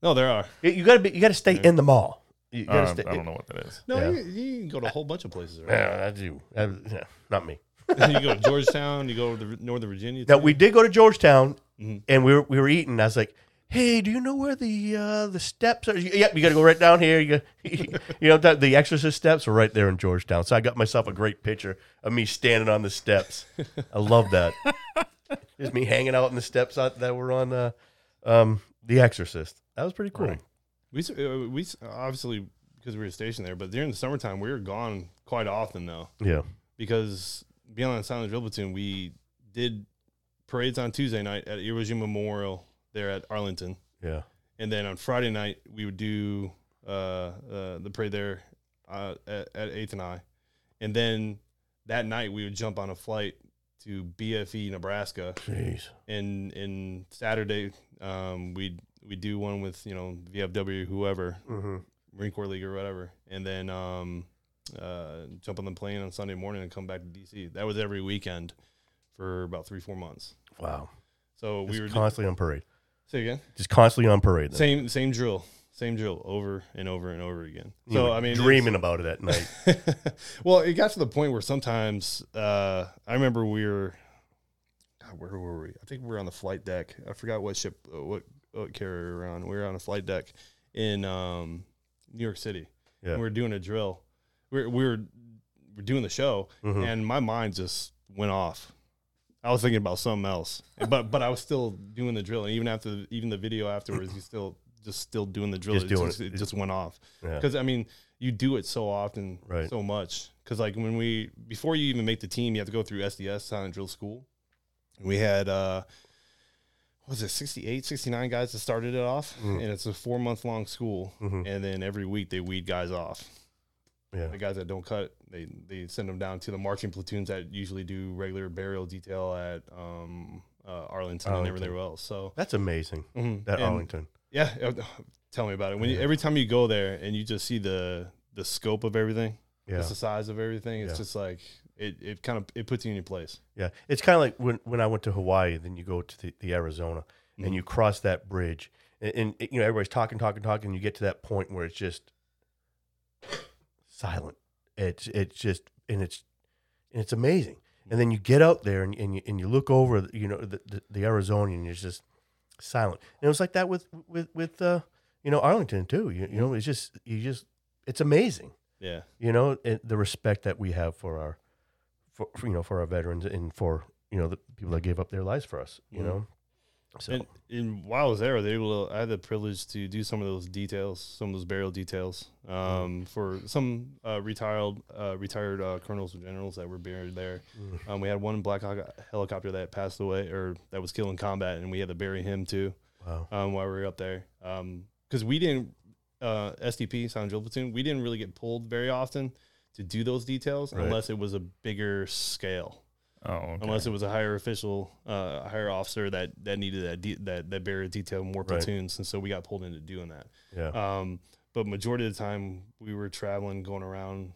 Speaker 3: No, there are.
Speaker 1: that- you gotta be, you gotta stay in the mall. You gotta
Speaker 2: Um,
Speaker 1: stay.
Speaker 2: I don't know what that is.
Speaker 3: No,
Speaker 1: Yeah.
Speaker 3: you, you can go to a whole bunch of places. Right?
Speaker 1: Yeah, I do. I- yeah, not me.
Speaker 3: you go to Georgetown. You go to the, Northern Virginia.
Speaker 1: Now we did go to Georgetown,
Speaker 2: Mm-hmm.
Speaker 3: Mhm.
Speaker 1: and we were we were eating. I was like, "Hey, do you know where the uh, the steps are? Yep, you got to go right down here. You, got, you know that the Exorcist steps are right there in Georgetown." So I got myself a great picture of me standing on the steps. I love that. Just me hanging out in the steps out- that were on uh, um, the Exorcist. That was pretty cool.
Speaker 2: Right.
Speaker 3: We s- uh, we s- obviously because we were stationed there, but during the summertime we were gone quite often though
Speaker 1: Yeah,
Speaker 3: because beyond the Silent Drill Platoon, we did parades on Tuesday night at Iwo Jima Memorial there at Arlington,
Speaker 1: yeah,
Speaker 3: and then on Friday night we would do uh, uh, the parade there uh, at, at Eighth and I, and then that night we would jump on a flight to BFE Nebraska,
Speaker 1: Jeez.
Speaker 3: and and Saturday um, we we do one with you know VFW whoever
Speaker 1: Mm-hmm.
Speaker 3: Marine Corps League or whatever, and then um, uh, jump on the plane on Sunday morning and come back to DC. That was every weekend for about three four months.
Speaker 1: Wow.
Speaker 3: So
Speaker 1: Just
Speaker 3: we were
Speaker 1: constantly on parade.
Speaker 3: say again
Speaker 1: Just constantly on parade. then.
Speaker 3: same same drill same drill over and over and over again.
Speaker 1: You
Speaker 3: So
Speaker 1: were
Speaker 3: I mean it's-
Speaker 1: dreaming about it at night.
Speaker 3: well, it got to the point where sometimes uh, I remember we were, God, where were we? I think we were on the flight deck. I forgot what ship, uh, what, what carrier we were on. We were on a flight deck in um, New York City.
Speaker 1: Yeah.
Speaker 3: And we were doing a drill. We were, we were, we were doing the show,
Speaker 1: Mhm.
Speaker 3: and my mind just went off. I was thinking about something else, but but I was still doing the drill, and even after even the video afterwards, you still just still doing the drill.
Speaker 1: Just doing
Speaker 3: just,
Speaker 1: it.
Speaker 3: it just went off
Speaker 1: Yeah.
Speaker 3: because I mean you do it so often,
Speaker 1: Right.
Speaker 3: so much. Because like when we before you even make the team, you have to go through SDS silent drill school. And we had uh, what was it 68, 69 guys that started it off,
Speaker 1: Mm.
Speaker 3: and it's a four month long school.
Speaker 1: Mhm.
Speaker 3: And then every week they weed guys off.
Speaker 1: Yeah.
Speaker 3: The guys that don't cut, they they send them down to the marching platoons that usually do regular burial detail at um, uh, Arlington, and
Speaker 1: Arlington.
Speaker 3: everywhere else. So
Speaker 1: That's amazing.
Speaker 3: mhm.
Speaker 1: That
Speaker 3: And-
Speaker 1: Arlington.
Speaker 3: yeah, uh, tell me about it. When you,
Speaker 1: Yeah.
Speaker 3: every time you go there and you just see the the scope of everything,
Speaker 1: Yeah.
Speaker 3: just the size of everything, it's
Speaker 1: Yeah.
Speaker 3: just like it, it kind of it puts you in your place.
Speaker 1: Yeah, it's kind of like when, when I went to Hawaii, then you go to the, the Arizona
Speaker 3: Mhm.
Speaker 1: and you cross that bridge, and, and you know everybody's talking, talking, talking. And you get to that point where it's just silent. It's it's just and it's and it's amazing. And then you get out there and, and you and you look over, you know, the the, the Arizona, and it's just silent. And it was like that with with with uh, you know Arlington too. You, you know, it's just you just it's amazing
Speaker 3: Yeah,
Speaker 1: you know and the respect that we have for our for, for, you know for our veterans and for you know the people that gave up their lives for us you
Speaker 3: Mhm.
Speaker 1: know so
Speaker 3: and, and while I was there, they were, I had the privilege to do some of those details, some of those burial details,
Speaker 1: Mm-hmm.
Speaker 3: um, for some uh, retired uh, retired uh, colonels and generals that were buried there.
Speaker 1: Mm.
Speaker 3: Um, we had one Black Hawk helicopter that passed away or that was killed in combat, and we had to bury him too.
Speaker 1: wow
Speaker 3: um, while we were up there. Because we didn't, uh, SDP, Sound Drill Platoon, we didn't really get pulled very often to do those details
Speaker 1: Right.
Speaker 3: unless it was a bigger scale,
Speaker 2: Oh, okay.
Speaker 3: unless it was a higher official, uh, a higher officer that, that needed that, de- that, that burial detail more
Speaker 1: Right.
Speaker 3: platoons. And so we got pulled into doing that.
Speaker 1: yeah
Speaker 3: Um, but majority of the time we were traveling, going around,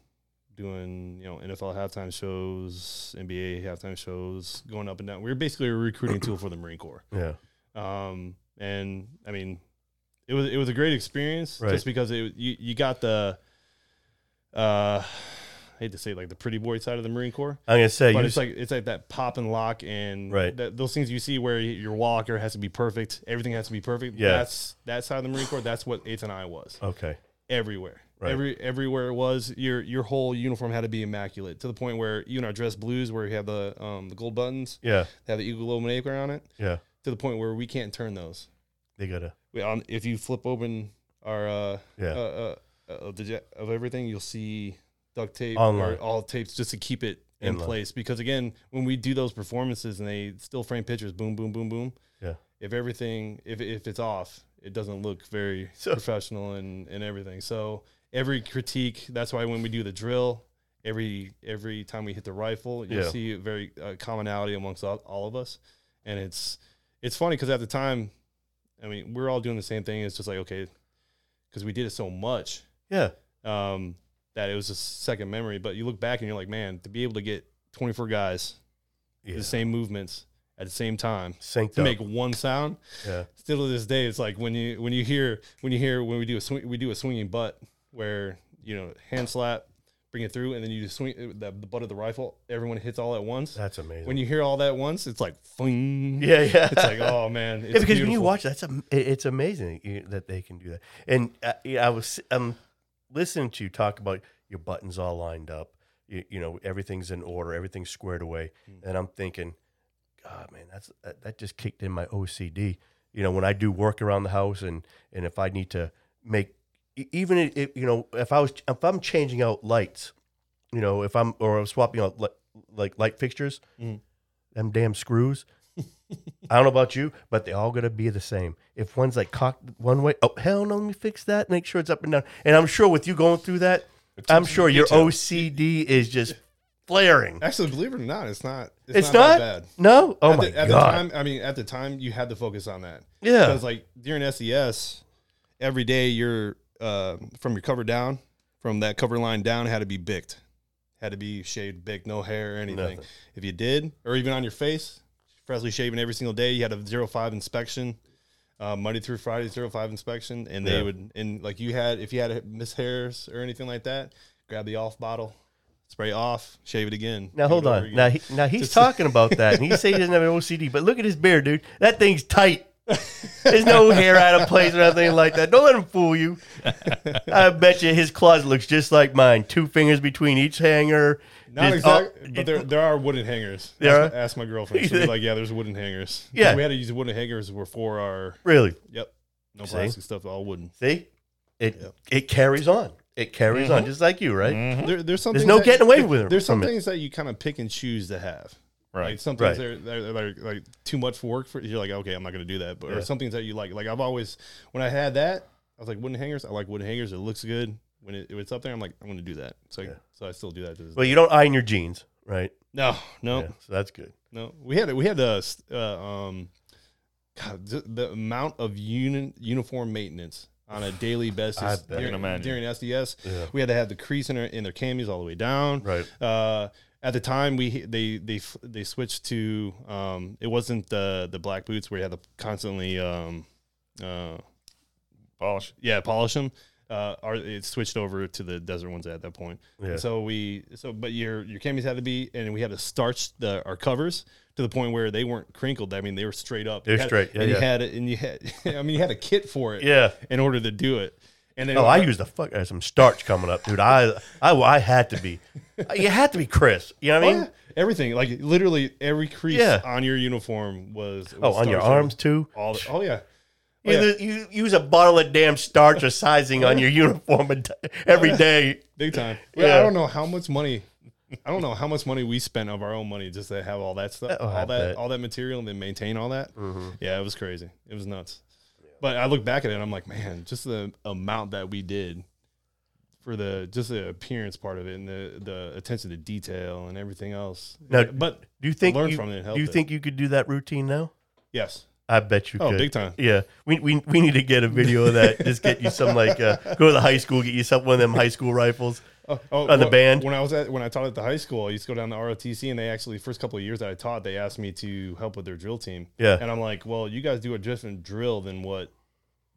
Speaker 3: doing you know NFL halftime shows, NBA halftime shows, going up and down. We were basically a recruiting tool for the Marine Corps
Speaker 1: yeah
Speaker 3: um, and I mean, it was it was a great experience
Speaker 1: Right.
Speaker 3: just because it you you got the, uh, I hate to say it, like the pretty boy side of the Marine Corps,
Speaker 1: i'm gonna say
Speaker 3: but
Speaker 1: you
Speaker 3: it's like it's like that pop and lock and
Speaker 1: Right.
Speaker 3: that, those things you see where y- your walker has to be perfect, everything has to be perfect.
Speaker 1: Yeah.
Speaker 3: that's that side of the Marine Corps. That's what eighth and I was
Speaker 1: okay
Speaker 3: everywhere.
Speaker 1: Right.
Speaker 3: Every everywhere it was, your your whole uniform had to be immaculate to the point where you know our dress blues where you have the um the gold buttons,
Speaker 1: yeah
Speaker 3: they have the eagle lobe and acorn on it,
Speaker 1: yeah
Speaker 3: to the point where we can't turn those.
Speaker 1: they gotta
Speaker 3: We, um, if you flip open our uh,
Speaker 1: yeah
Speaker 3: uh, uh, uh, the jet of everything, you'll see duct tape
Speaker 1: Online.
Speaker 3: or all tapes just to keep it in
Speaker 1: Inline.
Speaker 3: place. Because again, when we do those performances and they still frame pictures, boom, boom, boom, boom.
Speaker 1: Yeah.
Speaker 3: If everything, if if it's off, it doesn't look very
Speaker 1: So-
Speaker 3: professional and and everything. So every critique. That's why when we do the drill. Every every time we hit the rifle, you'll
Speaker 1: Yeah.
Speaker 3: see a very uh, commonality amongst all, all of us, and it's it's funny because at the time, I mean, we're all doing the same thing. It's just like okay, because we did it so much
Speaker 1: yeah
Speaker 3: um, that it was just second memory. But you look back and you're like, man, to be able to get 24 guys,
Speaker 1: yeah
Speaker 3: the same movements at the same time
Speaker 1: synced
Speaker 3: to
Speaker 1: up
Speaker 3: make one sound.
Speaker 1: yeah
Speaker 3: Still to this day, it's like when you when you hear when you hear when we do a swing, we do a swinging butt where you know hand slap, bring it through, and then you just swing it with the, the butt of the rifle. Everyone hits all at once.
Speaker 1: that's amazing
Speaker 3: When you hear all that at once, it's like, fling.
Speaker 1: yeah yeah
Speaker 3: It's like, oh man, it's
Speaker 1: yeah, because when you
Speaker 3: beautiful.
Speaker 1: watch that's am- it- it's amazing that you- that they can do that and uh, yeah, i was um listening to you talk about your buttons all lined up you, you know everything's in order everything's squared away
Speaker 3: Hmm.
Speaker 1: and i'm thinking god man that's that, that just kicked in my ocd you know when i do work around the house and and if i need to make e- even i- if you know if i was if i'm changing out lights you know if i'm or i'm swapping out li- like light fixtures
Speaker 3: Mhm.
Speaker 1: them damn screws I don't know about you, but they all gotta be the same. If one's like cocked one way, oh hell no, let me fix that. Make sure it's up and down. And I'm sure with you going through that, I'm
Speaker 2: Attention
Speaker 1: sure
Speaker 2: to
Speaker 1: your
Speaker 2: detail.
Speaker 1: OCD is just flaring.
Speaker 3: Actually, believe it or not, it's not. It's,
Speaker 1: It's
Speaker 3: not,
Speaker 1: not?
Speaker 3: that bad.
Speaker 1: No, oh
Speaker 3: at
Speaker 1: my
Speaker 3: the, at
Speaker 1: god,
Speaker 3: the time, I mean, at the time, you had to focus on that
Speaker 1: yeah,
Speaker 3: because, like, during SES, every day you're uh, from your cover down, from that cover line down, had to be bicked, had to be shaved, bicked, no hair or anything.
Speaker 1: Nothing.
Speaker 3: If you did, or even on your face, Presley shaving every single day. You had a zero five inspection, uh, Monday through Friday zero five inspection, and they
Speaker 1: Yeah.
Speaker 3: would and like you had if you had miss hairs or anything like that, grab the off bottle, spray off, shave it again.
Speaker 1: Now
Speaker 3: do
Speaker 1: hold
Speaker 3: it over
Speaker 1: on.
Speaker 3: again.
Speaker 1: Now he, now he's talking about that, and he say he doesn't have an OCD, but look at his beard, dude. That thing's tight. There's no hair out of place or anything like that. Don't let him fool you. I bet you his closet looks just like mine. Two fingers between each hanger.
Speaker 3: Not
Speaker 1: Just- oh,
Speaker 3: exactly, but there, there are wooden hangers.
Speaker 1: There
Speaker 3: ask,
Speaker 1: are?
Speaker 3: my, ask my girlfriend. She'll be like, "Yeah, there's wooden hangers.
Speaker 1: Yeah.
Speaker 3: we had to use wooden hangers before our
Speaker 1: really.
Speaker 3: yep, no
Speaker 1: See?
Speaker 3: plastic stuff, all wooden.
Speaker 1: See, it
Speaker 3: Yep.
Speaker 1: it carries on. It carries
Speaker 3: Mm-hmm.
Speaker 1: on, just like you, right?
Speaker 2: Mm-hmm.
Speaker 3: There, there's some
Speaker 1: There's
Speaker 3: things
Speaker 1: no
Speaker 3: that-
Speaker 1: getting away with it.
Speaker 3: There's some
Speaker 1: from it.
Speaker 3: things that you kind of pick and choose to have. Like
Speaker 2: Right.
Speaker 3: some
Speaker 1: Right.
Speaker 3: things that are, that are, like, like too much for work for you're like okay I'm not gonna do that but
Speaker 1: Yeah.
Speaker 3: or some things that you like like I've always when I had that I was like wooden hangers I like wooden hangers it looks good when it, when it's up there I'm like I'm gonna do that so I,
Speaker 1: Yeah.
Speaker 3: so I still do that to this
Speaker 1: Well, you don't iron your jeans, right?
Speaker 3: no no
Speaker 1: Yeah, so that's good.
Speaker 3: No, we had we had the uh, um, God, the, the amount of uni, uniform maintenance on a daily
Speaker 1: I
Speaker 3: basis
Speaker 1: bet. I
Speaker 2: can
Speaker 3: during,
Speaker 2: imagine.
Speaker 3: during SDS.
Speaker 1: Yeah.
Speaker 3: We had to have the crease in, our, in their camis all the way down.
Speaker 1: Right.
Speaker 3: Uh, at the time, we they they f- they switched to um, it wasn't the the black boots where you had to constantly um, uh,
Speaker 2: Polish.
Speaker 3: yeah polish them. Uh, our, it switched over to the desert ones at that point.
Speaker 1: Yeah.
Speaker 3: And so we so but your your camis had to be and we had to starch the our covers to the point where they weren't crinkled. I mean they were straight up.
Speaker 1: They were
Speaker 3: You had-
Speaker 1: straight, yeah,
Speaker 3: and
Speaker 1: yeah.
Speaker 3: you had and you had I mean you had a kit for it
Speaker 1: Yeah.
Speaker 3: in order to do it. And then
Speaker 1: Oh, I used the fuck I had some starch coming up, dude. I, I, I had to be, you had to be Chris. You know what I mean?
Speaker 3: yeah, everything like literally every crease
Speaker 1: Yeah.
Speaker 3: on your uniform was,
Speaker 1: Oh,
Speaker 3: was
Speaker 1: on your
Speaker 3: starched.
Speaker 1: arms too.
Speaker 3: All the- oh yeah. Oh,
Speaker 1: You,
Speaker 3: yeah.
Speaker 1: you use a bottle of damn starch or sizing on your uniform a d- every day.
Speaker 3: Big time.
Speaker 1: Yeah.
Speaker 3: Yeah. I don't know how much money. I don't know how much money we spent of our own money just to have all that stuff,
Speaker 1: Oh, I
Speaker 3: all that,
Speaker 1: bet. Mm-hmm.
Speaker 3: all that material, and then maintain all that. Yeah, it was crazy. It was nuts. But I look back at it, and I'm like, man, just the amount that we did for the just the appearance part of it and the the attention to detail and everything else.
Speaker 1: Now,
Speaker 3: but
Speaker 1: Do you think
Speaker 3: learned
Speaker 1: you,
Speaker 3: from it, it
Speaker 1: do you
Speaker 3: helped it.
Speaker 1: think you could do that routine now?
Speaker 3: yes,
Speaker 1: I bet you
Speaker 3: oh,
Speaker 1: could.
Speaker 3: big time.
Speaker 1: Yeah, we, we, we need to get a video of that. Just get you some like uh, go to the high school, get you some one of them high school rifles.
Speaker 3: Oh, oh,
Speaker 1: On the
Speaker 3: wh-
Speaker 1: band?
Speaker 3: When I was at when I taught at the high school, I used to go down to ROTC, and they actually first couple of years that I taught, they asked me to help with their drill team.
Speaker 1: Yeah.
Speaker 3: and I'm like, well, you guys do a different drill than what,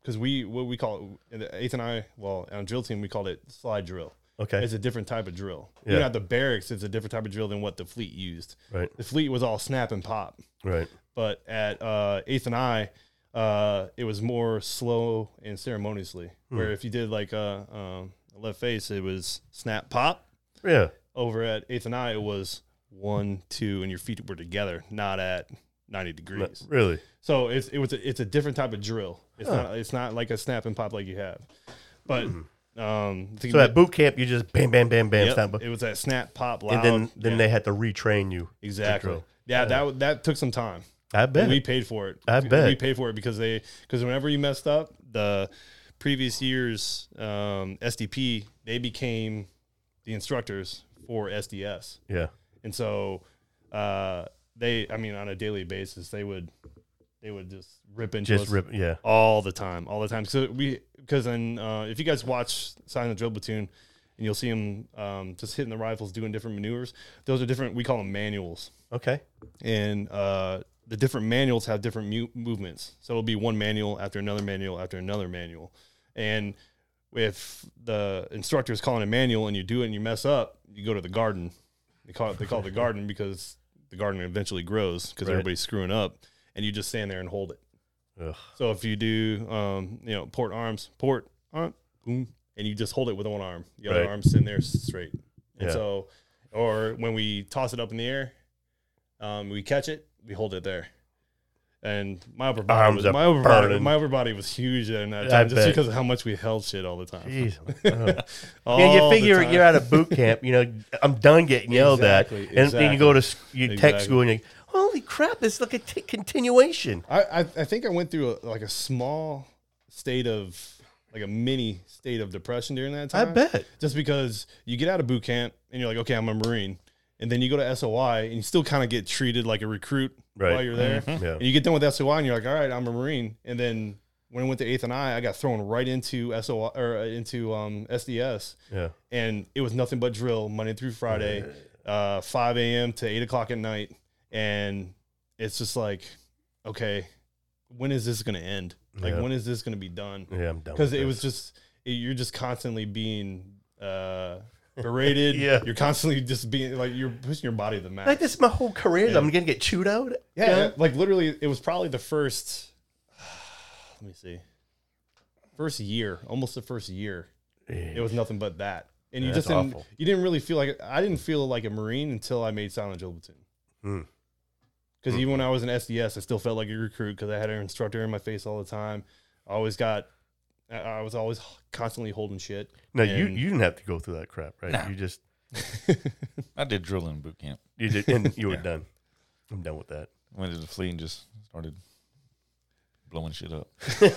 Speaker 3: because we what we call it, in the eighth and I, well, on drill team we called it slide drill.
Speaker 1: Okay,
Speaker 3: It's a different type of drill.
Speaker 1: Yeah.
Speaker 3: You know, at the barracks, it's a different type of drill than what the fleet used.
Speaker 1: right,
Speaker 3: The fleet was all snap and pop,
Speaker 1: right.
Speaker 3: but at uh, eighth and I. Uh, it was more slow and ceremoniously.
Speaker 1: Hmm.
Speaker 3: Where if you did like a, um, a left face, it was snap pop,
Speaker 1: Yeah,
Speaker 3: over at Eighth and I, it was one, two, and your feet were together, not at ninety degrees.
Speaker 1: really.
Speaker 3: So it's it was a, it's a different type of drill. It's not it's not like a snap and pop like you have, but um,
Speaker 1: Hmm. So at boot camp, you just bam, bam, bam, bam,
Speaker 3: yep,
Speaker 1: snap,
Speaker 3: it was that snap pop loud.
Speaker 1: and then then
Speaker 3: yeah,
Speaker 1: they had to retrain you.
Speaker 3: exactly
Speaker 1: drill.
Speaker 3: yeah that w- that took some time.
Speaker 1: I bet.
Speaker 3: We paid for it.
Speaker 1: I bet.
Speaker 3: we paid for it because they because whenever you messed up the previous year's um, SDP, they became the instructors for SDS.
Speaker 1: yeah,
Speaker 3: and so uh, they i mean on a daily basis they would they would just rip into
Speaker 1: just
Speaker 3: us
Speaker 1: rip. Yeah,
Speaker 3: all the time all the time so we because then uh, if you guys watch silent drill platoon and you'll see them um, just hitting the rifles doing different maneuvers those are different we call them manuals
Speaker 1: okay.
Speaker 3: and uh, the different manuals have different mu- movements. So it'll be one manual after another manual after another manual. And if the instructor is calling a manual and you do it and you mess up, you go to the garden. They call it they call it the garden because the garden eventually grows because
Speaker 1: Right.
Speaker 3: everybody's screwing up, and you just stand there and hold it.
Speaker 1: Ugh.
Speaker 3: So if you do, um, you know, port arms, port arm, boom, and you just hold it with one arm. The other
Speaker 1: Right.
Speaker 3: arm's sitting there straight. And
Speaker 1: Yeah.
Speaker 3: so, or when we toss it up in the air, um, we catch it, we hold it there. And my upper body,
Speaker 1: Arms
Speaker 3: was,
Speaker 1: are
Speaker 3: my upper body,
Speaker 1: burning.
Speaker 3: my upper body was huge in that
Speaker 1: I
Speaker 3: time, just
Speaker 1: bet.
Speaker 3: because of how much we held shit all the time.
Speaker 1: Jeez. Oh.
Speaker 3: All
Speaker 1: yeah, you
Speaker 3: the
Speaker 1: figure
Speaker 3: time.
Speaker 1: you're out of boot camp. You know, I'm done getting yelled
Speaker 3: Exactly,
Speaker 1: at, and then you go to s- you tech
Speaker 3: Exactly.
Speaker 1: school and you, holy crap, it's like a t- continuation.
Speaker 3: I, I, I think I went through a, like a small state of like a mini state of depression during that
Speaker 1: I
Speaker 3: time.
Speaker 1: bet.
Speaker 3: just because you get out of boot camp and you're like, okay, I'm a Marine. and then you go to SOI and you still kind of get treated like a recruit
Speaker 1: Right. Mm-hmm.
Speaker 3: while you're there.
Speaker 1: Yeah.
Speaker 3: And you get done with SOI and you're like, all right, I'm a Marine. And then when I went to eighth and I, I got thrown right into SOI or uh, into um, SDS,
Speaker 1: Yeah.
Speaker 3: and it was nothing but drill Monday through Friday, uh, 5 a.m. to 8 o'clock at night. And it's just like, okay, when is this going to end? Like,
Speaker 1: Yeah.
Speaker 3: when is this going to be done?
Speaker 1: Yeah. I'm done.
Speaker 3: because
Speaker 1: with this.
Speaker 3: it was just it, you're just constantly being uh berated
Speaker 1: Yeah.
Speaker 3: you're constantly just being like you're pushing your body to the max
Speaker 1: like this. is My whole career,
Speaker 3: Yeah.
Speaker 1: I'm gonna get chewed out.
Speaker 3: yeah, like literally it was probably the first let me see first year almost the first year it was nothing but that and you
Speaker 1: Yeah,
Speaker 3: just
Speaker 1: that's
Speaker 3: didn't
Speaker 1: awful.
Speaker 3: you didn't really feel like i didn't feel like a marine until i made silent drill platoon
Speaker 1: Hmm.
Speaker 3: because even when I was in SDS, I still felt like a recruit because I had an instructor in my face all the time. I always got, I- I was always constantly holding shit.
Speaker 1: No, you
Speaker 3: And-
Speaker 1: you didn't have to go through that crap, right?
Speaker 2: No.
Speaker 1: You just
Speaker 2: I did drilling in boot camp.
Speaker 1: you did, and you were
Speaker 2: Yeah.
Speaker 1: done. I'm done with that.
Speaker 2: Went to the fleet and just started blowing shit up.
Speaker 1: Yeah,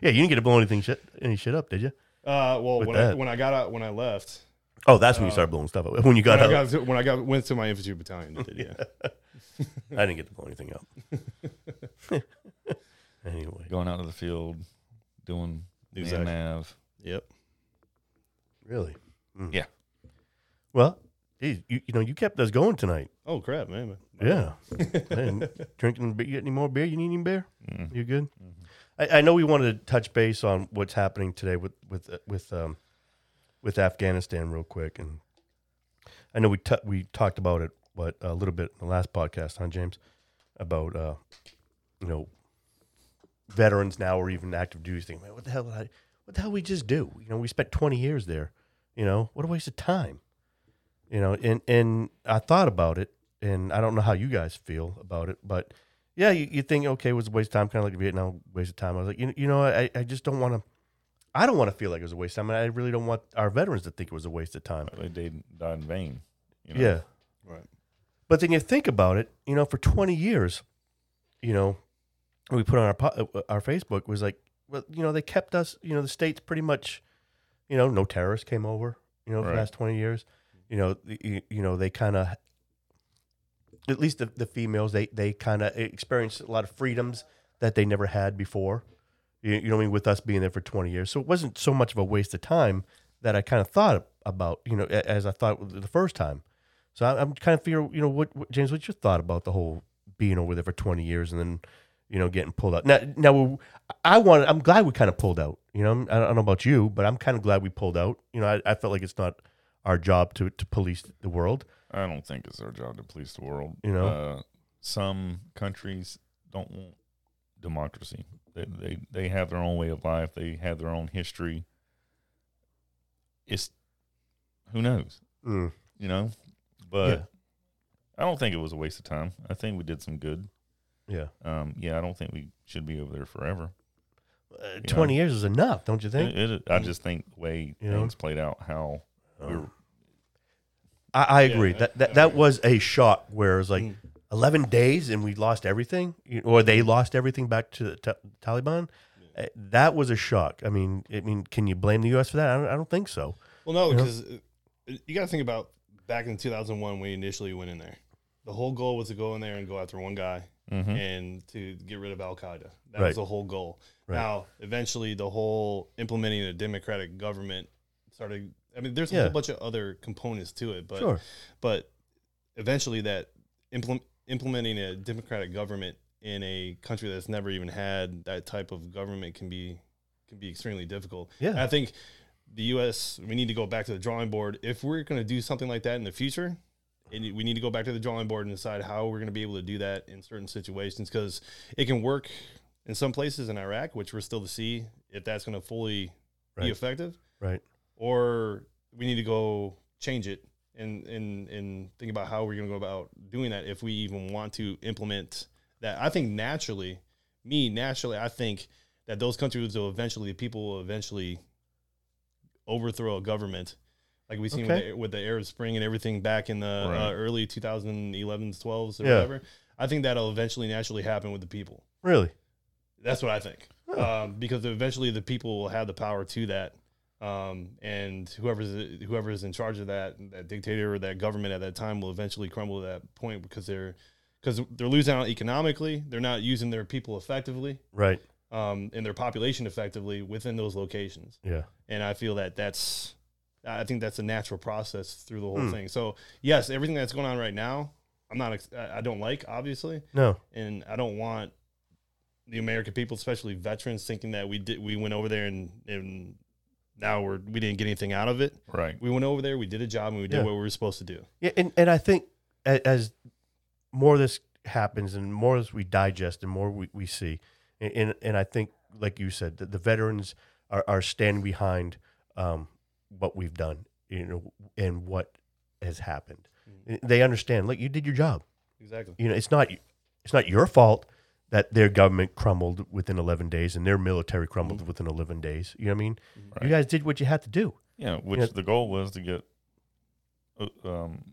Speaker 1: you didn't get to blow anything shit any shit up, did you?
Speaker 3: Uh, well,
Speaker 1: With
Speaker 3: when I,
Speaker 1: that.
Speaker 3: when I got out, when I left,
Speaker 1: Oh, that's when you
Speaker 3: Uh,
Speaker 1: started blowing stuff up. When you got out,
Speaker 3: when, I got to- when I got went to my infantry battalion, I did, yeah.
Speaker 1: I didn't get to blow anything up. anyway,
Speaker 2: Going out to the field, doing
Speaker 3: Exactly.
Speaker 2: man nav.
Speaker 3: yep.
Speaker 1: really? Mm.
Speaker 2: Yeah.
Speaker 1: Well, geez, you, you know you kept us going tonight.
Speaker 3: Oh crap, man.
Speaker 1: Yeah. and drinking, you get any more beer? You need any beer?
Speaker 2: Mm.
Speaker 1: You good? I, I know we wanted to touch base on what's happening today with with with um with Afghanistan real quick, and I know we t- we talked about it, but a little bit in the last podcast, huh, James, about uh, you know, veterans now or even active duty thinking, man, what the hell did I, what the hell we just do? You know, we spent twenty years there. You know, what a waste of time. You know, and and I thought about it, and I don't know how you guys feel about it, but yeah, you, you think okay, it was a waste of time, kind of like Vietnam waste of time. I was like, you, you know, I, I just don't want to, I don't want to feel like it was a waste of time, and I really don't want our veterans to think it was a waste of time.
Speaker 2: They did die in vain. You know?
Speaker 1: Yeah,
Speaker 3: Right.
Speaker 1: but then you think about it, you know, for twenty years, you know, we put on our po- uh, our Facebook was like, well, you know, they kept us, you know, the states pretty much, you know, no terrorists came over, you know, for the
Speaker 2: Right.
Speaker 1: last twenty years, you know, the- you, you know, they kind of, at least the, the females, they they kind of experienced a lot of freedoms that they never had before, you, you know, what I mean, with us being there for twenty years, so it wasn't so much of a waste of time that I kind of thought about, you know, a- as I thought the first time. So I, I'm kind of figure, you know, what, what James, what's your thought about the whole being over there for 20 years and then, you know, getting pulled out? Now, now we- I want, I'm glad we kind of pulled out. You know, I'm- I don't know about you, but I'm kind of glad we pulled out. You know, I, I felt like it's not our job to to police the world.
Speaker 2: I don't think it's their job to police the world.
Speaker 1: You know?
Speaker 2: uh, some countries don't want democracy. They, they they have their own way of life. They have their own history. It's who knows,
Speaker 1: Mm.
Speaker 2: you know. But
Speaker 1: Yeah.
Speaker 2: I don't think it was a waste of time. I think we did some good.
Speaker 1: Yeah,
Speaker 2: Um, yeah, I don't think we should be over there forever.
Speaker 1: uh, 20 years is enough, don't you think?
Speaker 2: It- it- I just think the way
Speaker 1: You know?
Speaker 2: things played out, how we were,
Speaker 1: I, I
Speaker 3: Uh, Yeah,
Speaker 1: agree.
Speaker 3: I-
Speaker 1: that
Speaker 3: I
Speaker 1: that, that
Speaker 3: agree.
Speaker 1: was a shock where it was like
Speaker 3: Mm.
Speaker 1: 11 days and we lost everything, you- or they lost everything back to the ta- Taliban. Uh, That was a shock. I mean, I mean, can you blame the U.S. for that? I don't, I don't think so.
Speaker 3: Well, no,
Speaker 1: You know?
Speaker 3: because you got to think about back in 2001 when we initially went in there. The whole goal was to go in there and go after one guy
Speaker 2: Mhm.
Speaker 3: and to get rid of Al Qaeda. That
Speaker 1: Hmm? Right.
Speaker 3: was the whole goal.
Speaker 1: Right.
Speaker 3: Now, eventually, the whole implementing a democratic government started. I mean, there's a
Speaker 1: Yeah.
Speaker 3: whole bunch of other components to it, but
Speaker 1: sure.
Speaker 3: but eventually that implement, implementing a democratic government in a country that's never even had that type of government can be can be extremely difficult. And
Speaker 1: Yeah.
Speaker 3: I think the U.S. we need to go back to the drawing board if we're going to do something like that in the future. And we need to go back to the drawing board and decide how we're going to be able to do that in certain situations because it can work in some places in Iraq, which we're still to see if that's going to fully be
Speaker 1: Right.
Speaker 3: effective
Speaker 1: Right.
Speaker 3: or we need to go change it and and and think about how we're going to go about doing that if we even want to implement that i think naturally me naturally i think that those countries will eventually people will eventually overthrow a government like we seen
Speaker 1: Okay.
Speaker 3: with, the, with the arab spring and everything back in the
Speaker 2: Right.
Speaker 3: uh, early 2011s 12s or
Speaker 1: Yeah.
Speaker 3: whatever i think that'll eventually naturally happen with the people
Speaker 1: Really?
Speaker 3: that's what I think.
Speaker 1: Huh.
Speaker 3: Um, because eventually the people will have the power to that. Um, and whoever's whoever's in charge of that that dictator or that government at that time will eventually crumble at that point because they're because they're losing out economically. They're not using their people effectively
Speaker 1: Right.
Speaker 3: um, and their population effectively within those locations.
Speaker 1: Yeah.
Speaker 3: And I feel that that's, I think that's a natural process through the whole
Speaker 1: Hmm.
Speaker 3: thing. So yes, everything that's going on right now, I'm not, ex- I I don't like obviously,
Speaker 1: No.
Speaker 3: and I don't want the American people, especially veterans, thinking that we did, we went over there and and now we're we didn't get anything out of it.
Speaker 2: Right.
Speaker 3: We went over there, we did a job, and we did
Speaker 1: Yeah.
Speaker 3: what we were supposed to do.
Speaker 1: Yeah, and, and I think a- as more of this happens and more as we digest and more we, we see, and, and and I think like you said, that the veterans are, are standing behind um, what we've done, you know, and what has happened. They understand. Look, you did your job.
Speaker 3: Exactly.
Speaker 1: You know, it's not it's not your fault that their government crumbled within 11 days and their military crumbled within 11 days. You know what I mean? You
Speaker 2: Right.
Speaker 1: guys did what you had to do.
Speaker 2: Yeah, which
Speaker 1: Yeah.
Speaker 2: the goal was to get uh, um,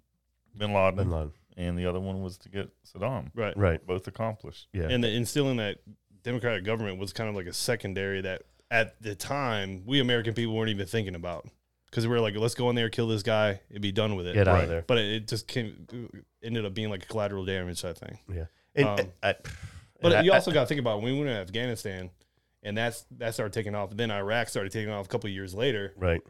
Speaker 2: bin, Laden,
Speaker 1: Bin Laden.
Speaker 2: and the other one was to get Saddam.
Speaker 3: Right.
Speaker 1: Right.
Speaker 2: Both accomplished.
Speaker 1: Yeah.
Speaker 3: and the instilling that democratic government was kind of like a secondary that at the time we american people weren't even thinking about because we were like let's go in there kill this guy and be done with it
Speaker 1: Get out of there.
Speaker 3: but it, it just came ended up being like collateral damage i think
Speaker 1: And,
Speaker 3: Um,
Speaker 1: I- I-
Speaker 3: but
Speaker 1: and
Speaker 3: you
Speaker 1: I-
Speaker 3: also got to think about when we went to afghanistan and that's that started taking off then iraq started taking off a couple of years later
Speaker 1: right.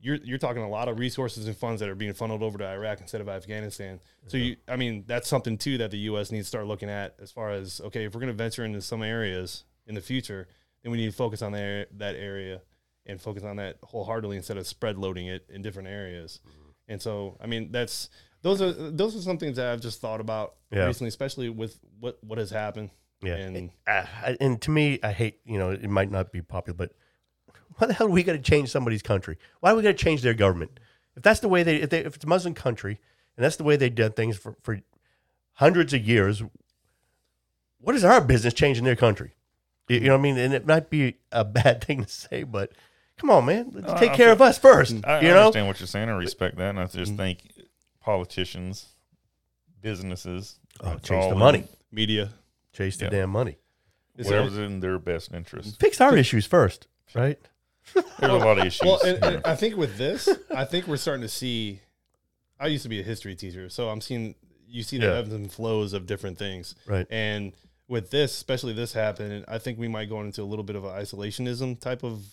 Speaker 3: you're you're talking a lot of resources and funds that are being funneled over to Iraq instead of Afghanistan. So you, I mean, that's something too that the U.S. needs to start looking at as far as okay, if we're going to venture into some areas in the future, then we need to focus on that area, that area and focus on that wholeheartedly instead of spread loading it in different areas.
Speaker 1: Mm-hmm.
Speaker 3: And so, I mean, that's those are those are some things that I've just thought about
Speaker 1: Yeah.
Speaker 3: recently, especially with what what has happened.
Speaker 1: Yeah.
Speaker 3: And-
Speaker 1: And, and to me, I hate, you know, it might not be popular, but why the hell are we going to change somebody's country? Why are we going to change their government? If that's the way they, if, they, if it's a Muslim country and that's the way they've done things for, for hundreds of years, what is our business changing their country? You, you know what I mean? And it might be a bad thing to say, but come on, man, let's
Speaker 2: No,
Speaker 1: take
Speaker 2: I-
Speaker 1: care of us first.
Speaker 2: I, I
Speaker 1: you know? Mm-hmm.
Speaker 2: understand what you're saying. I respect that, and I just think politicians, businesses,
Speaker 1: Oh,
Speaker 2: it's
Speaker 1: chase
Speaker 2: all
Speaker 1: the
Speaker 2: in-
Speaker 1: money,
Speaker 3: Media,
Speaker 1: chase the
Speaker 2: Yeah.
Speaker 1: damn money.
Speaker 3: It's-
Speaker 2: Whatever's in their best interest.
Speaker 1: Fix our issues first, right?
Speaker 2: There's a lot of issues.
Speaker 3: Well, and, and
Speaker 2: here.
Speaker 3: I think with this, I think we're starting to see. I used to be a history teacher, so I'm seeing you see the
Speaker 1: Yeah.
Speaker 3: ebbs and flows of different things,
Speaker 1: Right.
Speaker 3: and with this, especially this happened, I think we might go into a little bit of an isolationism type of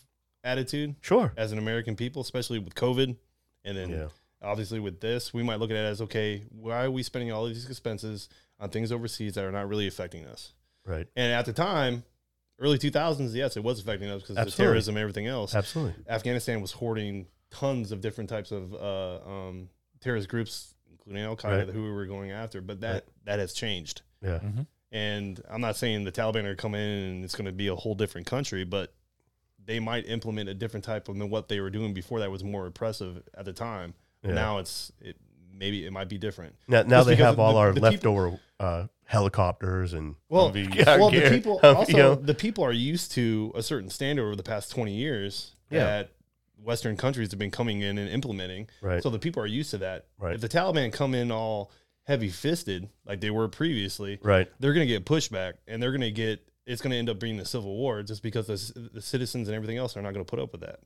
Speaker 3: attitude
Speaker 1: Sure.
Speaker 3: as an American people, especially with COVID, and then
Speaker 1: Yeah.
Speaker 3: obviously with this, we might look at it as okay, why are we spending all of these expenses on things overseas that are not really affecting us?
Speaker 1: Right.
Speaker 3: And at the time, early 2000s, yes, it was affecting us because of the
Speaker 1: Absolutely.
Speaker 3: terrorism, and everything else.
Speaker 1: Absolutely.
Speaker 3: Afghanistan was hoarding tons of different types of uh, um, terrorist groups, including Al Qaeda,
Speaker 1: Right.
Speaker 3: who we were going after. But that
Speaker 1: Right.
Speaker 3: that has changed.
Speaker 1: Yeah.
Speaker 2: Mhm.
Speaker 3: And I'm not saying the Taliban are coming in and it's going to be a whole different country, but they might implement a different type of than what they were doing before. That was more oppressive at the time.
Speaker 1: Yeah.
Speaker 3: Now it's it maybe it might be different.
Speaker 1: Now, now
Speaker 3: Just
Speaker 1: they
Speaker 3: because
Speaker 1: have all
Speaker 3: the-
Speaker 1: our
Speaker 3: the people-
Speaker 1: leftover uh, helicopters and
Speaker 3: Well,
Speaker 2: Humvees.
Speaker 1: Yeah,
Speaker 3: well, the
Speaker 1: gear.
Speaker 3: people
Speaker 1: Um,
Speaker 3: also
Speaker 1: you know.
Speaker 3: the people are used to a certain standard over the past twenty years
Speaker 1: Yeah.
Speaker 3: that Western countries have been coming in and implementing.
Speaker 1: right,
Speaker 3: So the people are used to that.
Speaker 1: Right.
Speaker 3: If the Taliban come in all heavy fisted like they were previously,
Speaker 1: right,
Speaker 3: they're going to get pushback and they're going to get it's going to end up being a civil war just because the, c- the citizens and everything else are not going to put up with that.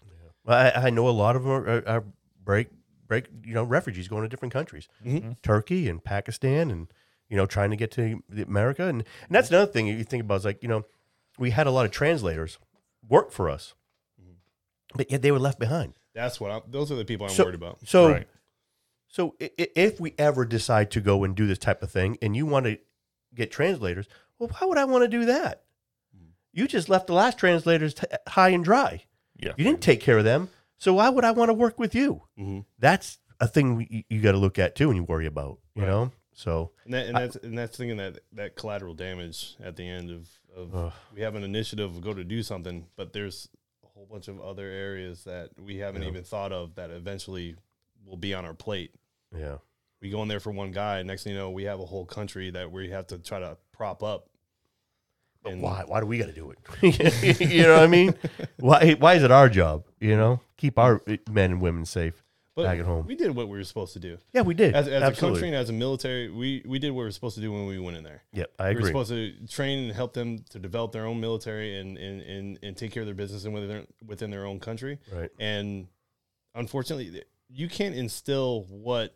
Speaker 1: Well, I, I know a lot of them are, are break break you know refugees going to different countries,
Speaker 3: Mhm.
Speaker 1: Turkey and Pakistan, and you know trying to get to the- America, and and that's another thing you think about is like you know we had a lot of translators work for us,
Speaker 3: Mm-hmm.
Speaker 1: but yet they were left behind.
Speaker 3: That's what I'm, those are the people I'm
Speaker 1: So-
Speaker 3: worried about.
Speaker 1: So
Speaker 2: right.
Speaker 1: So i- i- if we ever decide to go and do this type of thing, and you want to get translators, well, why would I want to do that?
Speaker 3: Hmm.
Speaker 1: You just left the last translators t- high and dry.
Speaker 2: Yeah.
Speaker 1: You didn't take care of them, so why would I want to work with you?
Speaker 3: Mhm.
Speaker 1: That's a thing we, you, you got to look at too, and you worry about. You
Speaker 3: Right.
Speaker 1: know, so
Speaker 3: And, that, and that's and that's thinking that that collateral damage at the end of, of
Speaker 1: Ugh.
Speaker 3: we have an initiative go to do something, but there's a whole bunch of other areas that we haven't
Speaker 1: Yeah.
Speaker 3: even thought of that eventually will be on our plate.
Speaker 1: yeah,
Speaker 3: we go in there for one guy. Next thing you know, we have a whole country that we have to try to prop up.
Speaker 1: but
Speaker 3: And-
Speaker 1: why? Why do we got to do it? you know what I mean? Why? Why is it our job? You know, keep our eh, men and women safe.
Speaker 3: But
Speaker 1: back at home.
Speaker 3: we did what we were supposed to do
Speaker 1: Yeah, we did.
Speaker 3: as, as a
Speaker 1: Absolutely.
Speaker 3: country and as a military. We we did what we were supposed to do when we went in there.
Speaker 1: Yep, I
Speaker 3: We were
Speaker 1: agree.
Speaker 3: supposed to train and help them to develop their own military and and, and, and take care of their business and within their, within their own country.
Speaker 1: right.
Speaker 3: And unfortunately, th- you can't instill what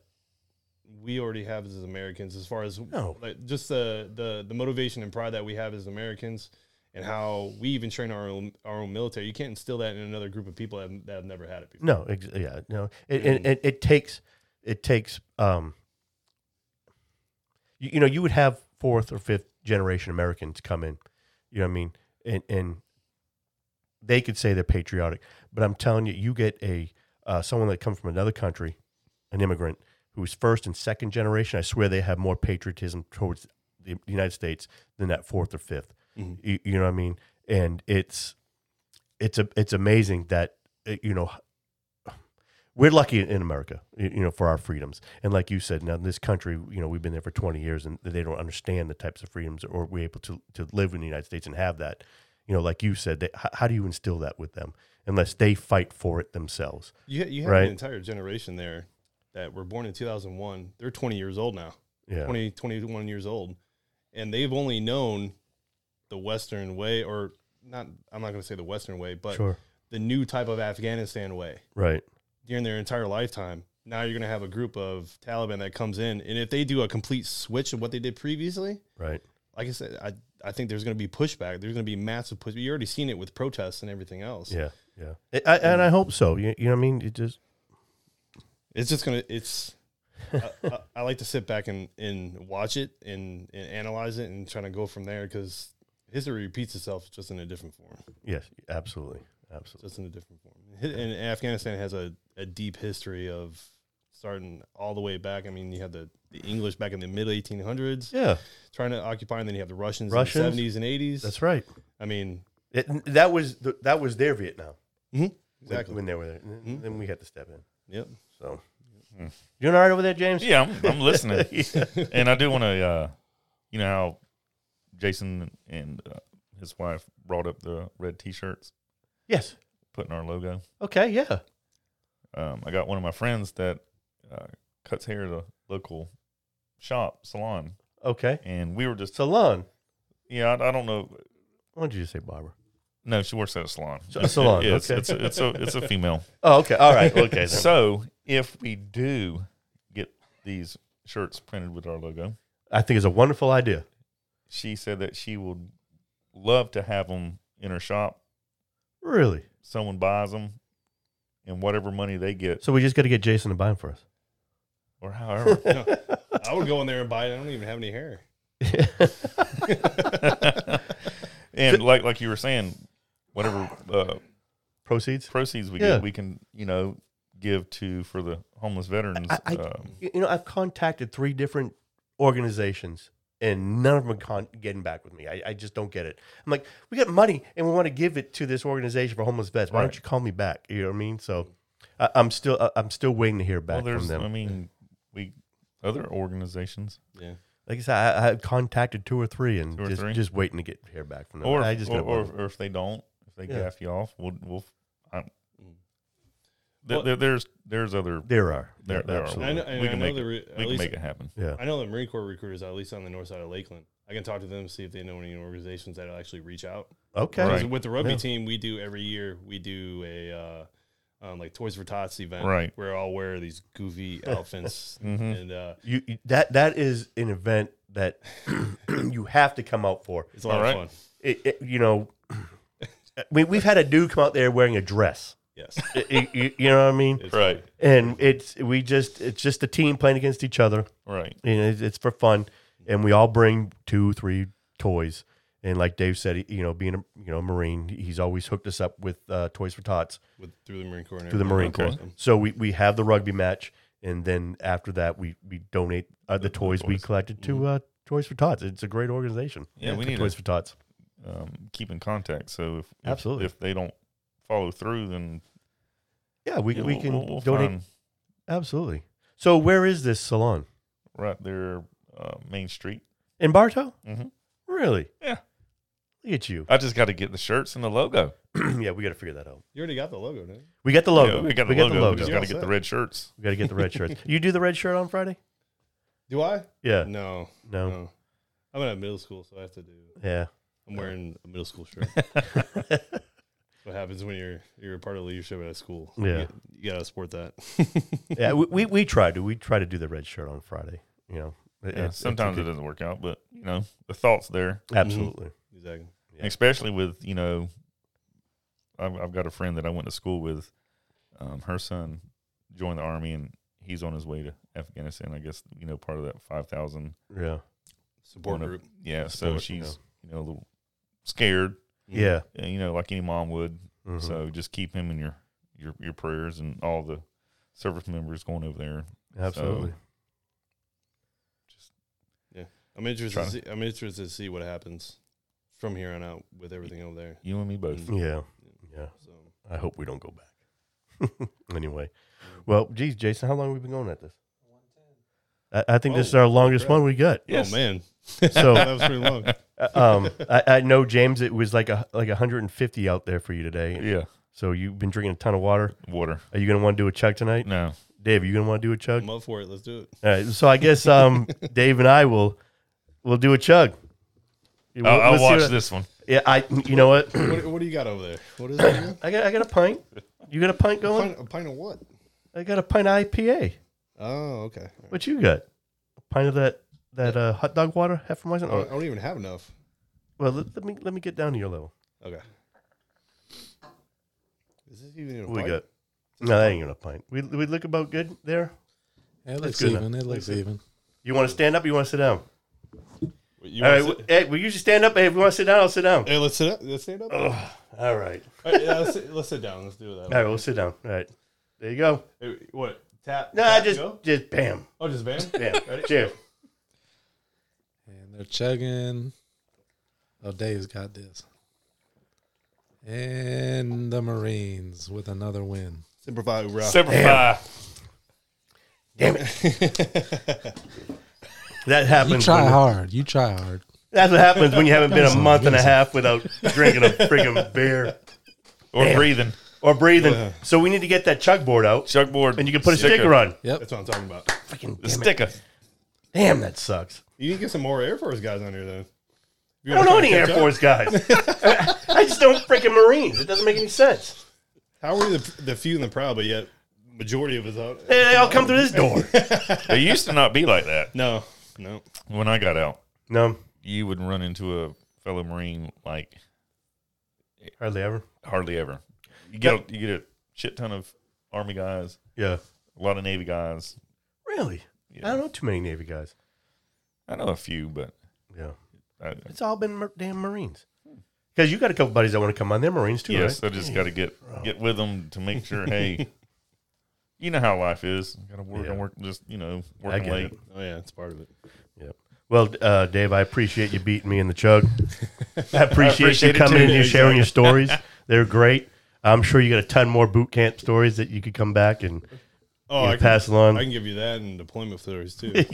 Speaker 3: we already have as Americans, as far as
Speaker 1: No.
Speaker 3: like, just the, the the motivation and pride that we have as Americans, and how we even train our own our own military. You can't instill that in another group of people that have, that have never had it before.
Speaker 1: No, ex- yeah, no. It, and it, it takes, it takes, um, you, you know, you would have fourth or fifth generation Americans come in, you know what I mean? And, and they could say they're patriotic, but I'm telling you, you get a, uh, someone that comes from another country, an immigrant who's first and second generation, I swear they have more patriotism towards the United States than that fourth or 5th
Speaker 3: Mhm.
Speaker 1: You, you know what I mean? And it's, it's a, it's amazing that, uh, you know, we're lucky in America, y- you know, for our freedoms. And like you said, now in this country, you know, we've been there for 20 years and they don't understand the types of freedoms or we're able to, to live in the United States and have that. You know, like you said, they, how, how do you instill that with them unless they fight for it themselves?
Speaker 3: You ha- you have
Speaker 1: Right.
Speaker 3: an entire generation there that were born in 2001. They're 20 years old now.
Speaker 1: Yeah.
Speaker 3: Twenty twenty one 20, 21 years old, and they've only known the Western way, or not. I'm not going to say the Western way, but
Speaker 1: sure.
Speaker 3: the new type of Afghanistan way
Speaker 1: Right.
Speaker 3: during their entire lifetime. Now you're going to have a group of Taliban that comes in, and if they do a complete switch of what they did previously,
Speaker 1: Right.
Speaker 3: like I said, I I think there's going to be pushback. There's going to be massive push. You already seen it with protests and everything else.
Speaker 1: Yeah. Yeah. I, I, and I hope so. You, you know what I mean? It just,
Speaker 3: It's just gonna. It's. I, I, I like to sit back and, and watch it and, and analyze it and try to go from there because history repeats itself just in a different form.
Speaker 1: yes, absolutely. Absolutely.
Speaker 3: Just in a different form. Hi- And Afghanistan has a, a deep history of starting all the way back. I mean, you had the, the English back in the mid 1800s
Speaker 1: Yeah.
Speaker 3: trying to occupy, and then you have the Russians,
Speaker 1: Russians?
Speaker 3: in the 70s and 80s.
Speaker 1: That's right.
Speaker 3: I mean,
Speaker 1: It, that was, the, that was their Vietnam
Speaker 2: Mm-hmm.
Speaker 3: mhm,
Speaker 1: when-
Speaker 3: exactly. Mm-hmm.
Speaker 1: when they were there. And then- Then we had to step in.
Speaker 3: Yep.
Speaker 1: So,
Speaker 3: Mm-hmm.
Speaker 1: you doing all right over there, James?
Speaker 2: Yeah, I'm, I'm listening. and I do want to, uh, you know, how Jason and uh, his wife brought up the red T-shirts,
Speaker 1: Yes.
Speaker 2: putting our logo.
Speaker 1: Okay. Yeah.
Speaker 2: Um, I got one of my friends that uh, cuts hair at a local shop salon,
Speaker 1: Okay.
Speaker 2: and we were just,
Speaker 1: Salon.
Speaker 2: yeah, I, I don't know.
Speaker 1: Why did you say barber?
Speaker 2: No, she works at a salon.
Speaker 1: So- a salon,
Speaker 2: Yeah, it's,
Speaker 1: okay.
Speaker 2: it's, a, it's a it's a female.
Speaker 1: Oh, okay. All right. Okay. then.
Speaker 2: So if we do get these shirts printed with our logo,
Speaker 1: I think it's a wonderful idea.
Speaker 2: she said that she would love to have them in her shop.
Speaker 1: Really.
Speaker 2: Someone buys them, and whatever money they get,
Speaker 1: So we just got to get Jason to buy them for us.
Speaker 2: or however,
Speaker 3: I would go in there and buy it. I don't even have any hair.
Speaker 2: and like like you were saying, whatever uh,
Speaker 1: Proceeds.
Speaker 2: proceeds we
Speaker 1: Yeah.
Speaker 2: get, we can you know give to for the homeless veterans.
Speaker 1: I- I-
Speaker 2: um,
Speaker 1: You you know, I've contacted three different organizations and none of them are con- getting back with me. I, I just don't get it. I'm like, we got money and we want to give it to this organization for homeless vets. Why
Speaker 2: Right.
Speaker 1: don't you call me back? You know what I mean? So I, I'm still I- I'm still waiting to hear
Speaker 2: well,
Speaker 1: back
Speaker 2: there's
Speaker 1: from them.
Speaker 2: I mean we other organizations
Speaker 3: Yeah.
Speaker 1: like I said, I, I've contacted two or three and
Speaker 2: Two or
Speaker 1: just,
Speaker 2: three?
Speaker 1: just waiting to get hear back from them.
Speaker 2: or
Speaker 1: I
Speaker 2: if-
Speaker 1: just
Speaker 2: or,
Speaker 1: got one.
Speaker 2: or, or if they don't, if they
Speaker 1: Yeah.
Speaker 2: gaff you off, we'll we'll. I'm,
Speaker 3: Mm.
Speaker 2: there,
Speaker 3: Well-
Speaker 2: there- there's there's other
Speaker 1: there are
Speaker 2: there, there are.
Speaker 1: absolutely.
Speaker 3: I know, and
Speaker 2: we
Speaker 3: I
Speaker 2: can
Speaker 3: know
Speaker 2: make
Speaker 3: the
Speaker 2: it,
Speaker 3: re- at
Speaker 2: we can
Speaker 3: least-
Speaker 2: make it happen.
Speaker 1: Yeah.
Speaker 3: I know the Marine Corps recruiters, at least on the north side of Lakeland, I can talk to them, see if they know any organizations that'll actually reach out.
Speaker 1: Okay.
Speaker 2: Right.
Speaker 3: Because With the rugby
Speaker 1: Yeah.
Speaker 3: team, we do every year, we do a uh, um, like Toys for Tots event
Speaker 2: Right.
Speaker 3: where I'll wear these goofy outfits.
Speaker 2: Mhm.
Speaker 3: And uh,
Speaker 1: You, you- that that is an event that you have to come out for.
Speaker 3: it's a lot
Speaker 2: All
Speaker 3: of
Speaker 2: right.
Speaker 3: fun.
Speaker 1: It, it- you know, we we've had a dude come out there wearing a dress.
Speaker 3: Yes.
Speaker 1: I- I- you, you know what I mean?
Speaker 3: It's
Speaker 2: Right.
Speaker 1: And it's we just it's just a team playing against each other.
Speaker 2: Right.
Speaker 1: And it's, it's for fun. And we all bring two, three toys. And like Dave said, he- you know, being a you know Marine, he's always hooked us up with uh, toys for tots.
Speaker 3: With, through the Marine Corps. and
Speaker 1: through the
Speaker 3: everything.
Speaker 1: Marine
Speaker 2: Okay.
Speaker 1: Corps. So we, we have the rugby match, and then after that, we we donate uh, the,
Speaker 2: The- the
Speaker 1: toys we
Speaker 2: toys. Mm-hmm.
Speaker 1: collected to uh, Toys for Tots. It's a great organization.
Speaker 2: Yeah, we
Speaker 1: to
Speaker 2: need
Speaker 1: Toys for Tots.
Speaker 2: to um, keep in contact. So if if-
Speaker 1: Absolutely.
Speaker 2: if, they don't follow through, then
Speaker 1: Yeah, we
Speaker 2: yeah,
Speaker 1: we
Speaker 2: we'll-
Speaker 1: can
Speaker 2: we'll- we'll
Speaker 1: donate
Speaker 2: find
Speaker 1: absolutely. So where is this salon
Speaker 2: right there, uh, Main Street.
Speaker 1: in Bartow?
Speaker 2: Mhm.
Speaker 1: Really?
Speaker 2: Yeah.
Speaker 1: Look Look at you.
Speaker 2: I just got to get the shirts and the logo.
Speaker 1: yeah, we got to figure that out.
Speaker 3: You already got the logo, didn't you?
Speaker 1: We got the logo.
Speaker 2: Yeah,
Speaker 1: we
Speaker 2: we
Speaker 1: got
Speaker 2: got
Speaker 1: the
Speaker 2: the logo. We
Speaker 1: logo.
Speaker 2: just
Speaker 3: Yeah.
Speaker 2: got to get the red shirts.
Speaker 1: We got to get the red shirts. You do the red shirt on Friday?
Speaker 3: Do I?
Speaker 1: Yeah.
Speaker 3: No,
Speaker 1: No.
Speaker 3: no. I'm in middle school, so I have to do.
Speaker 1: Yeah.
Speaker 3: I'm wearing a middle school shirt. what happens when you're you're a part of leadership at a school? You
Speaker 1: Yeah.
Speaker 3: get- you, gotta support that.
Speaker 1: Yeah. We, we, we try to. We try to do the red shirt on Friday. You know, It-
Speaker 2: Yeah,
Speaker 1: it's- it's a
Speaker 2: sometimes it
Speaker 1: good-
Speaker 2: doesn't work out, but you know the thoughts there,
Speaker 1: Absolutely.
Speaker 3: exactly.
Speaker 1: Yeah.
Speaker 2: especially with you know, I've, I've got a friend that I went to school with. Um, her son joined the army, and he's on his way to Afghanistan. I guess you know part of that five thousand.
Speaker 1: Yeah.
Speaker 3: Support
Speaker 2: Wanna-
Speaker 3: group.
Speaker 2: Yeah, so
Speaker 1: Support,
Speaker 2: she's you know a little scared,
Speaker 1: Yeah.
Speaker 2: uh, you know, like any mom would.
Speaker 1: Mhm.
Speaker 2: So just keep him in your your your prayers and all the service members going over there.
Speaker 1: Absolutely.
Speaker 3: Mm-hmm. I'm interested.
Speaker 2: Trying
Speaker 3: To see, I'm interested to see what happens from here on out with everything over there.
Speaker 2: You and me both.
Speaker 1: yeah. Yeah.
Speaker 3: So oh,
Speaker 1: I hope we don't go back. anyway,
Speaker 2: Mm-hmm.
Speaker 1: well, geez, Jason, how long have we been going at this? I, I think this is
Speaker 3: Oh,
Speaker 1: our longest
Speaker 3: crap.
Speaker 1: one we got.
Speaker 2: Yes.
Speaker 3: oh man,
Speaker 1: So,
Speaker 3: that was pretty long.
Speaker 1: um, I, I know James, it was like a like 150 out there for you today.
Speaker 2: Yeah.
Speaker 1: So you've been drinking a ton of water.
Speaker 2: Water.
Speaker 1: Are you gonna want to do a chug tonight,
Speaker 2: No.
Speaker 1: Dave? Are you gonna want to do a chug?
Speaker 3: I'm up for it. Let's do it.
Speaker 1: All right. So I guess um, Dave and I will will do a chug. We'll-
Speaker 2: I'll, I'll
Speaker 1: let's see
Speaker 2: watch
Speaker 1: what-
Speaker 2: this one.
Speaker 1: Yeah, I. You know what?
Speaker 3: What, what do you got over there? What is it?
Speaker 1: I got I got a pint. You got a pint
Speaker 3: a,
Speaker 1: going?
Speaker 3: pint, a pint of what?
Speaker 1: I got a pint of IPA.
Speaker 3: Oh, okay.
Speaker 1: What you got? A pint of that that uh, hot dog water, Hefeweizen.
Speaker 3: I don't, I
Speaker 1: Oh,
Speaker 3: don't even have enough.
Speaker 1: well, let, let me let me get down to your level.
Speaker 3: Okay. Is this even a
Speaker 1: What we
Speaker 3: pint?
Speaker 1: got? No, that ain't even a pint. We we look about good there.
Speaker 4: It looks
Speaker 1: good enough.
Speaker 4: even. It looks even.
Speaker 1: You want to stand up? Or you want to sit down?
Speaker 3: Wait, you
Speaker 1: All right.
Speaker 3: wanna
Speaker 1: we-
Speaker 3: sit-
Speaker 1: hey, we usually stand up. Hey, if you want to sit down, I'll sit down.
Speaker 3: Hey, let's sit up. Let's stand up. All
Speaker 1: All right.
Speaker 3: right, yeah, let's, sit, let's sit down. Let's do
Speaker 1: All
Speaker 3: that.
Speaker 1: right. We'll sit down. All right. There you go.
Speaker 3: Hey, what? Tap?
Speaker 1: No, I
Speaker 3: tap,
Speaker 1: just
Speaker 3: go?
Speaker 1: just bam
Speaker 3: Oh, just bam.
Speaker 1: bam. Cheers.
Speaker 4: And they're chugging. Oh, Dave's got this. And the Marines with another win.
Speaker 3: Simplify, bro.
Speaker 2: Simplify.
Speaker 1: Damn it. that happens.
Speaker 4: You try
Speaker 1: when-
Speaker 4: hard. You try hard.
Speaker 1: That's what happens when you haven't been a
Speaker 4: Amazing,
Speaker 1: month and a
Speaker 4: amazing.
Speaker 1: half without drinking a friggin' beer
Speaker 2: Or breathing.
Speaker 1: or breathing.
Speaker 3: Yeah.
Speaker 1: So we need to get that chug board out,
Speaker 2: Chuck board.
Speaker 1: and you can put a sticker on.
Speaker 4: Yep.
Speaker 3: That's what I'm talking about.
Speaker 1: Freaking
Speaker 2: The
Speaker 1: damn, it.
Speaker 2: sticker.
Speaker 1: damn, that sucks.
Speaker 3: You need to get some more Air Force guys on here, though.
Speaker 1: I don't know any Air Force guys. I just don't freaking Marines. It doesn't make any sense.
Speaker 3: How are the, the few and the proud, but yet majority of us out?
Speaker 1: They, they all come through this door.
Speaker 2: It used to not be like that
Speaker 3: No, no.
Speaker 2: when I got out.
Speaker 1: No,
Speaker 2: You would run into a fellow Marine like
Speaker 1: hardly ever.
Speaker 2: hardly ever. You get a, you get a shit ton of Army guys,
Speaker 1: Yeah,
Speaker 2: a lot of Navy guys.
Speaker 1: really. I
Speaker 2: Yeah.
Speaker 1: don't know too many Navy guys.
Speaker 2: I know a few, but
Speaker 1: Yeah,
Speaker 2: I,
Speaker 1: it's all been mar- damn Marines. Because you got a couple buddies that want to come on. They're Marines too,
Speaker 2: Hmm. yes,
Speaker 1: right?
Speaker 2: I just got to get get with them to make sure. hey, you know how life is. Got to work
Speaker 1: Yeah.
Speaker 2: and work. Just you know, working
Speaker 1: get
Speaker 2: late.
Speaker 1: it.
Speaker 3: Oh, yeah, it's part of it.
Speaker 1: Yep. Well, uh, Dave, I appreciate you beating me in the chug. I appreciate,
Speaker 2: appreciate
Speaker 1: you
Speaker 2: it
Speaker 1: coming
Speaker 2: too.
Speaker 1: in and
Speaker 2: Exactly.
Speaker 1: sharing your stories. They're great. I'm sure you got a ton more boot camp stories that you could come back and you
Speaker 3: Oh,
Speaker 1: know,
Speaker 3: I can,
Speaker 1: pass along.
Speaker 3: I can give you that and deployment stories, too. so.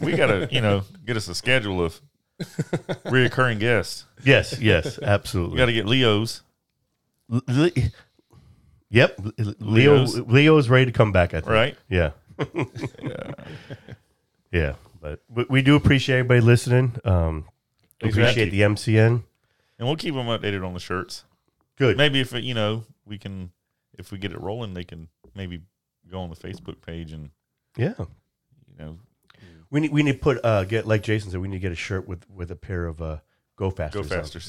Speaker 2: we got to you know get us a schedule of reoccurring guests.
Speaker 1: yes, yes,
Speaker 2: We
Speaker 1: absolutely.
Speaker 2: got to get Leo's.
Speaker 1: L- Le- yep, L- Leo.
Speaker 2: Leo's.
Speaker 1: Leo is ready to come back. I think.
Speaker 2: Right.
Speaker 1: Yeah. yeah. But we, we do appreciate everybody listening. Um,
Speaker 2: Thanks for
Speaker 1: appreciate
Speaker 2: having
Speaker 1: the MCN.
Speaker 2: And we'll keep them updated on the shirts.
Speaker 1: Good.
Speaker 2: Maybe if it, you know we can, if we get it rolling, they can maybe go on the Facebook page and
Speaker 1: Yeah.
Speaker 2: you know
Speaker 1: We need we need to put uh get like Jason said we need to get a shirt with with a pair of uh go faster
Speaker 2: go faster.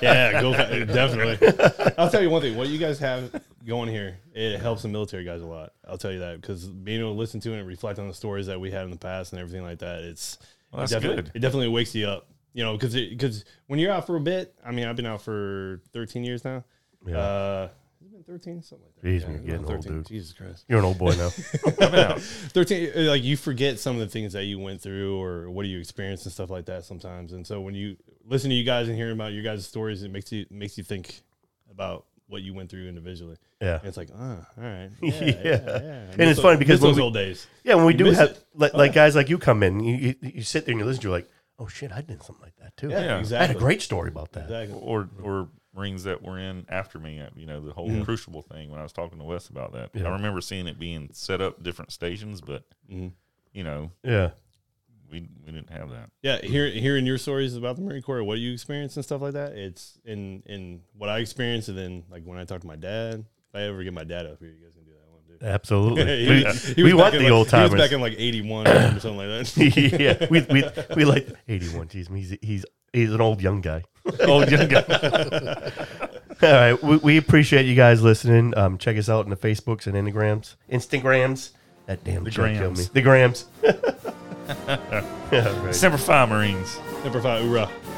Speaker 3: yeah, go fa- definitely. I'll tell you one thing. What you guys have going here, it helps the military guys a lot. I'll tell you that because being able to listen to and reflect on the stories that we had in the past and everything like that, it's
Speaker 2: Well, that's
Speaker 3: it definitely,
Speaker 2: good.
Speaker 3: It definitely wakes you up. You know, because because when you're out for a bit, I mean, I've been out for 13 years now.
Speaker 1: Yeah.
Speaker 3: Uh, has it been 13? Something like that.
Speaker 1: Jeez, you're getting
Speaker 3: around
Speaker 1: old, dude.
Speaker 3: Jesus Christ.
Speaker 1: You're an old boy now.
Speaker 3: 13 uh, like you forget some of the things that you went through or what do you experience and stuff like that sometimes and so when you listen to you guys and hearing about your guys' stories it makes you makes you think about what you went through individually
Speaker 1: yeah.
Speaker 3: and it's like ah, all right
Speaker 1: Yeah.
Speaker 3: yeah, yeah, yeah.
Speaker 1: And it's funny because
Speaker 3: those
Speaker 1: when we-
Speaker 3: old days
Speaker 1: Yeah, when we
Speaker 3: You
Speaker 1: do
Speaker 3: miss
Speaker 1: have
Speaker 3: it. Uh-huh.
Speaker 1: like, like guys like you come in, you, you, you sit there and you listen to it, like, oh shit, I did something like that too.
Speaker 2: Yeah,
Speaker 1: I had a
Speaker 3: exactly.
Speaker 1: great story about that.
Speaker 3: Exactly.
Speaker 2: or or rings that were in after me. uh, You know, the whole
Speaker 1: Yeah.
Speaker 2: crucible thing when I was talking to Wes about that.
Speaker 1: Yeah. Mm-hmm.
Speaker 2: I remember seeing it being set up different stations, but
Speaker 3: Mhm.
Speaker 2: you know,
Speaker 1: Yeah.
Speaker 2: we we didn't have that.
Speaker 3: Yeah, hear, hearing your stories about the Marine Corps, what you experience and stuff like that, it's in in what I experienced, and then like when I talk to my dad, if I ever get my dad up here, you guys can do that one too.
Speaker 1: Absolutely.
Speaker 3: He
Speaker 1: We-
Speaker 3: was- he
Speaker 1: we
Speaker 3: was
Speaker 1: want
Speaker 3: back in,
Speaker 1: the
Speaker 3: like-
Speaker 1: old
Speaker 3: He
Speaker 1: timers.
Speaker 3: was back in like '81 or something like that.
Speaker 1: yeah, we, we, we like 81. Jeez, he's he's he's an old young guy. old young guy. All right, we, we appreciate you guys listening. Um, check us out in the Facebooks and Instagrams. Instagrams. That damn
Speaker 2: The
Speaker 1: chat killed
Speaker 2: grams.
Speaker 1: me. The grams. All right.
Speaker 2: Semper Fi Marines.
Speaker 3: Semper Fi, hoorah.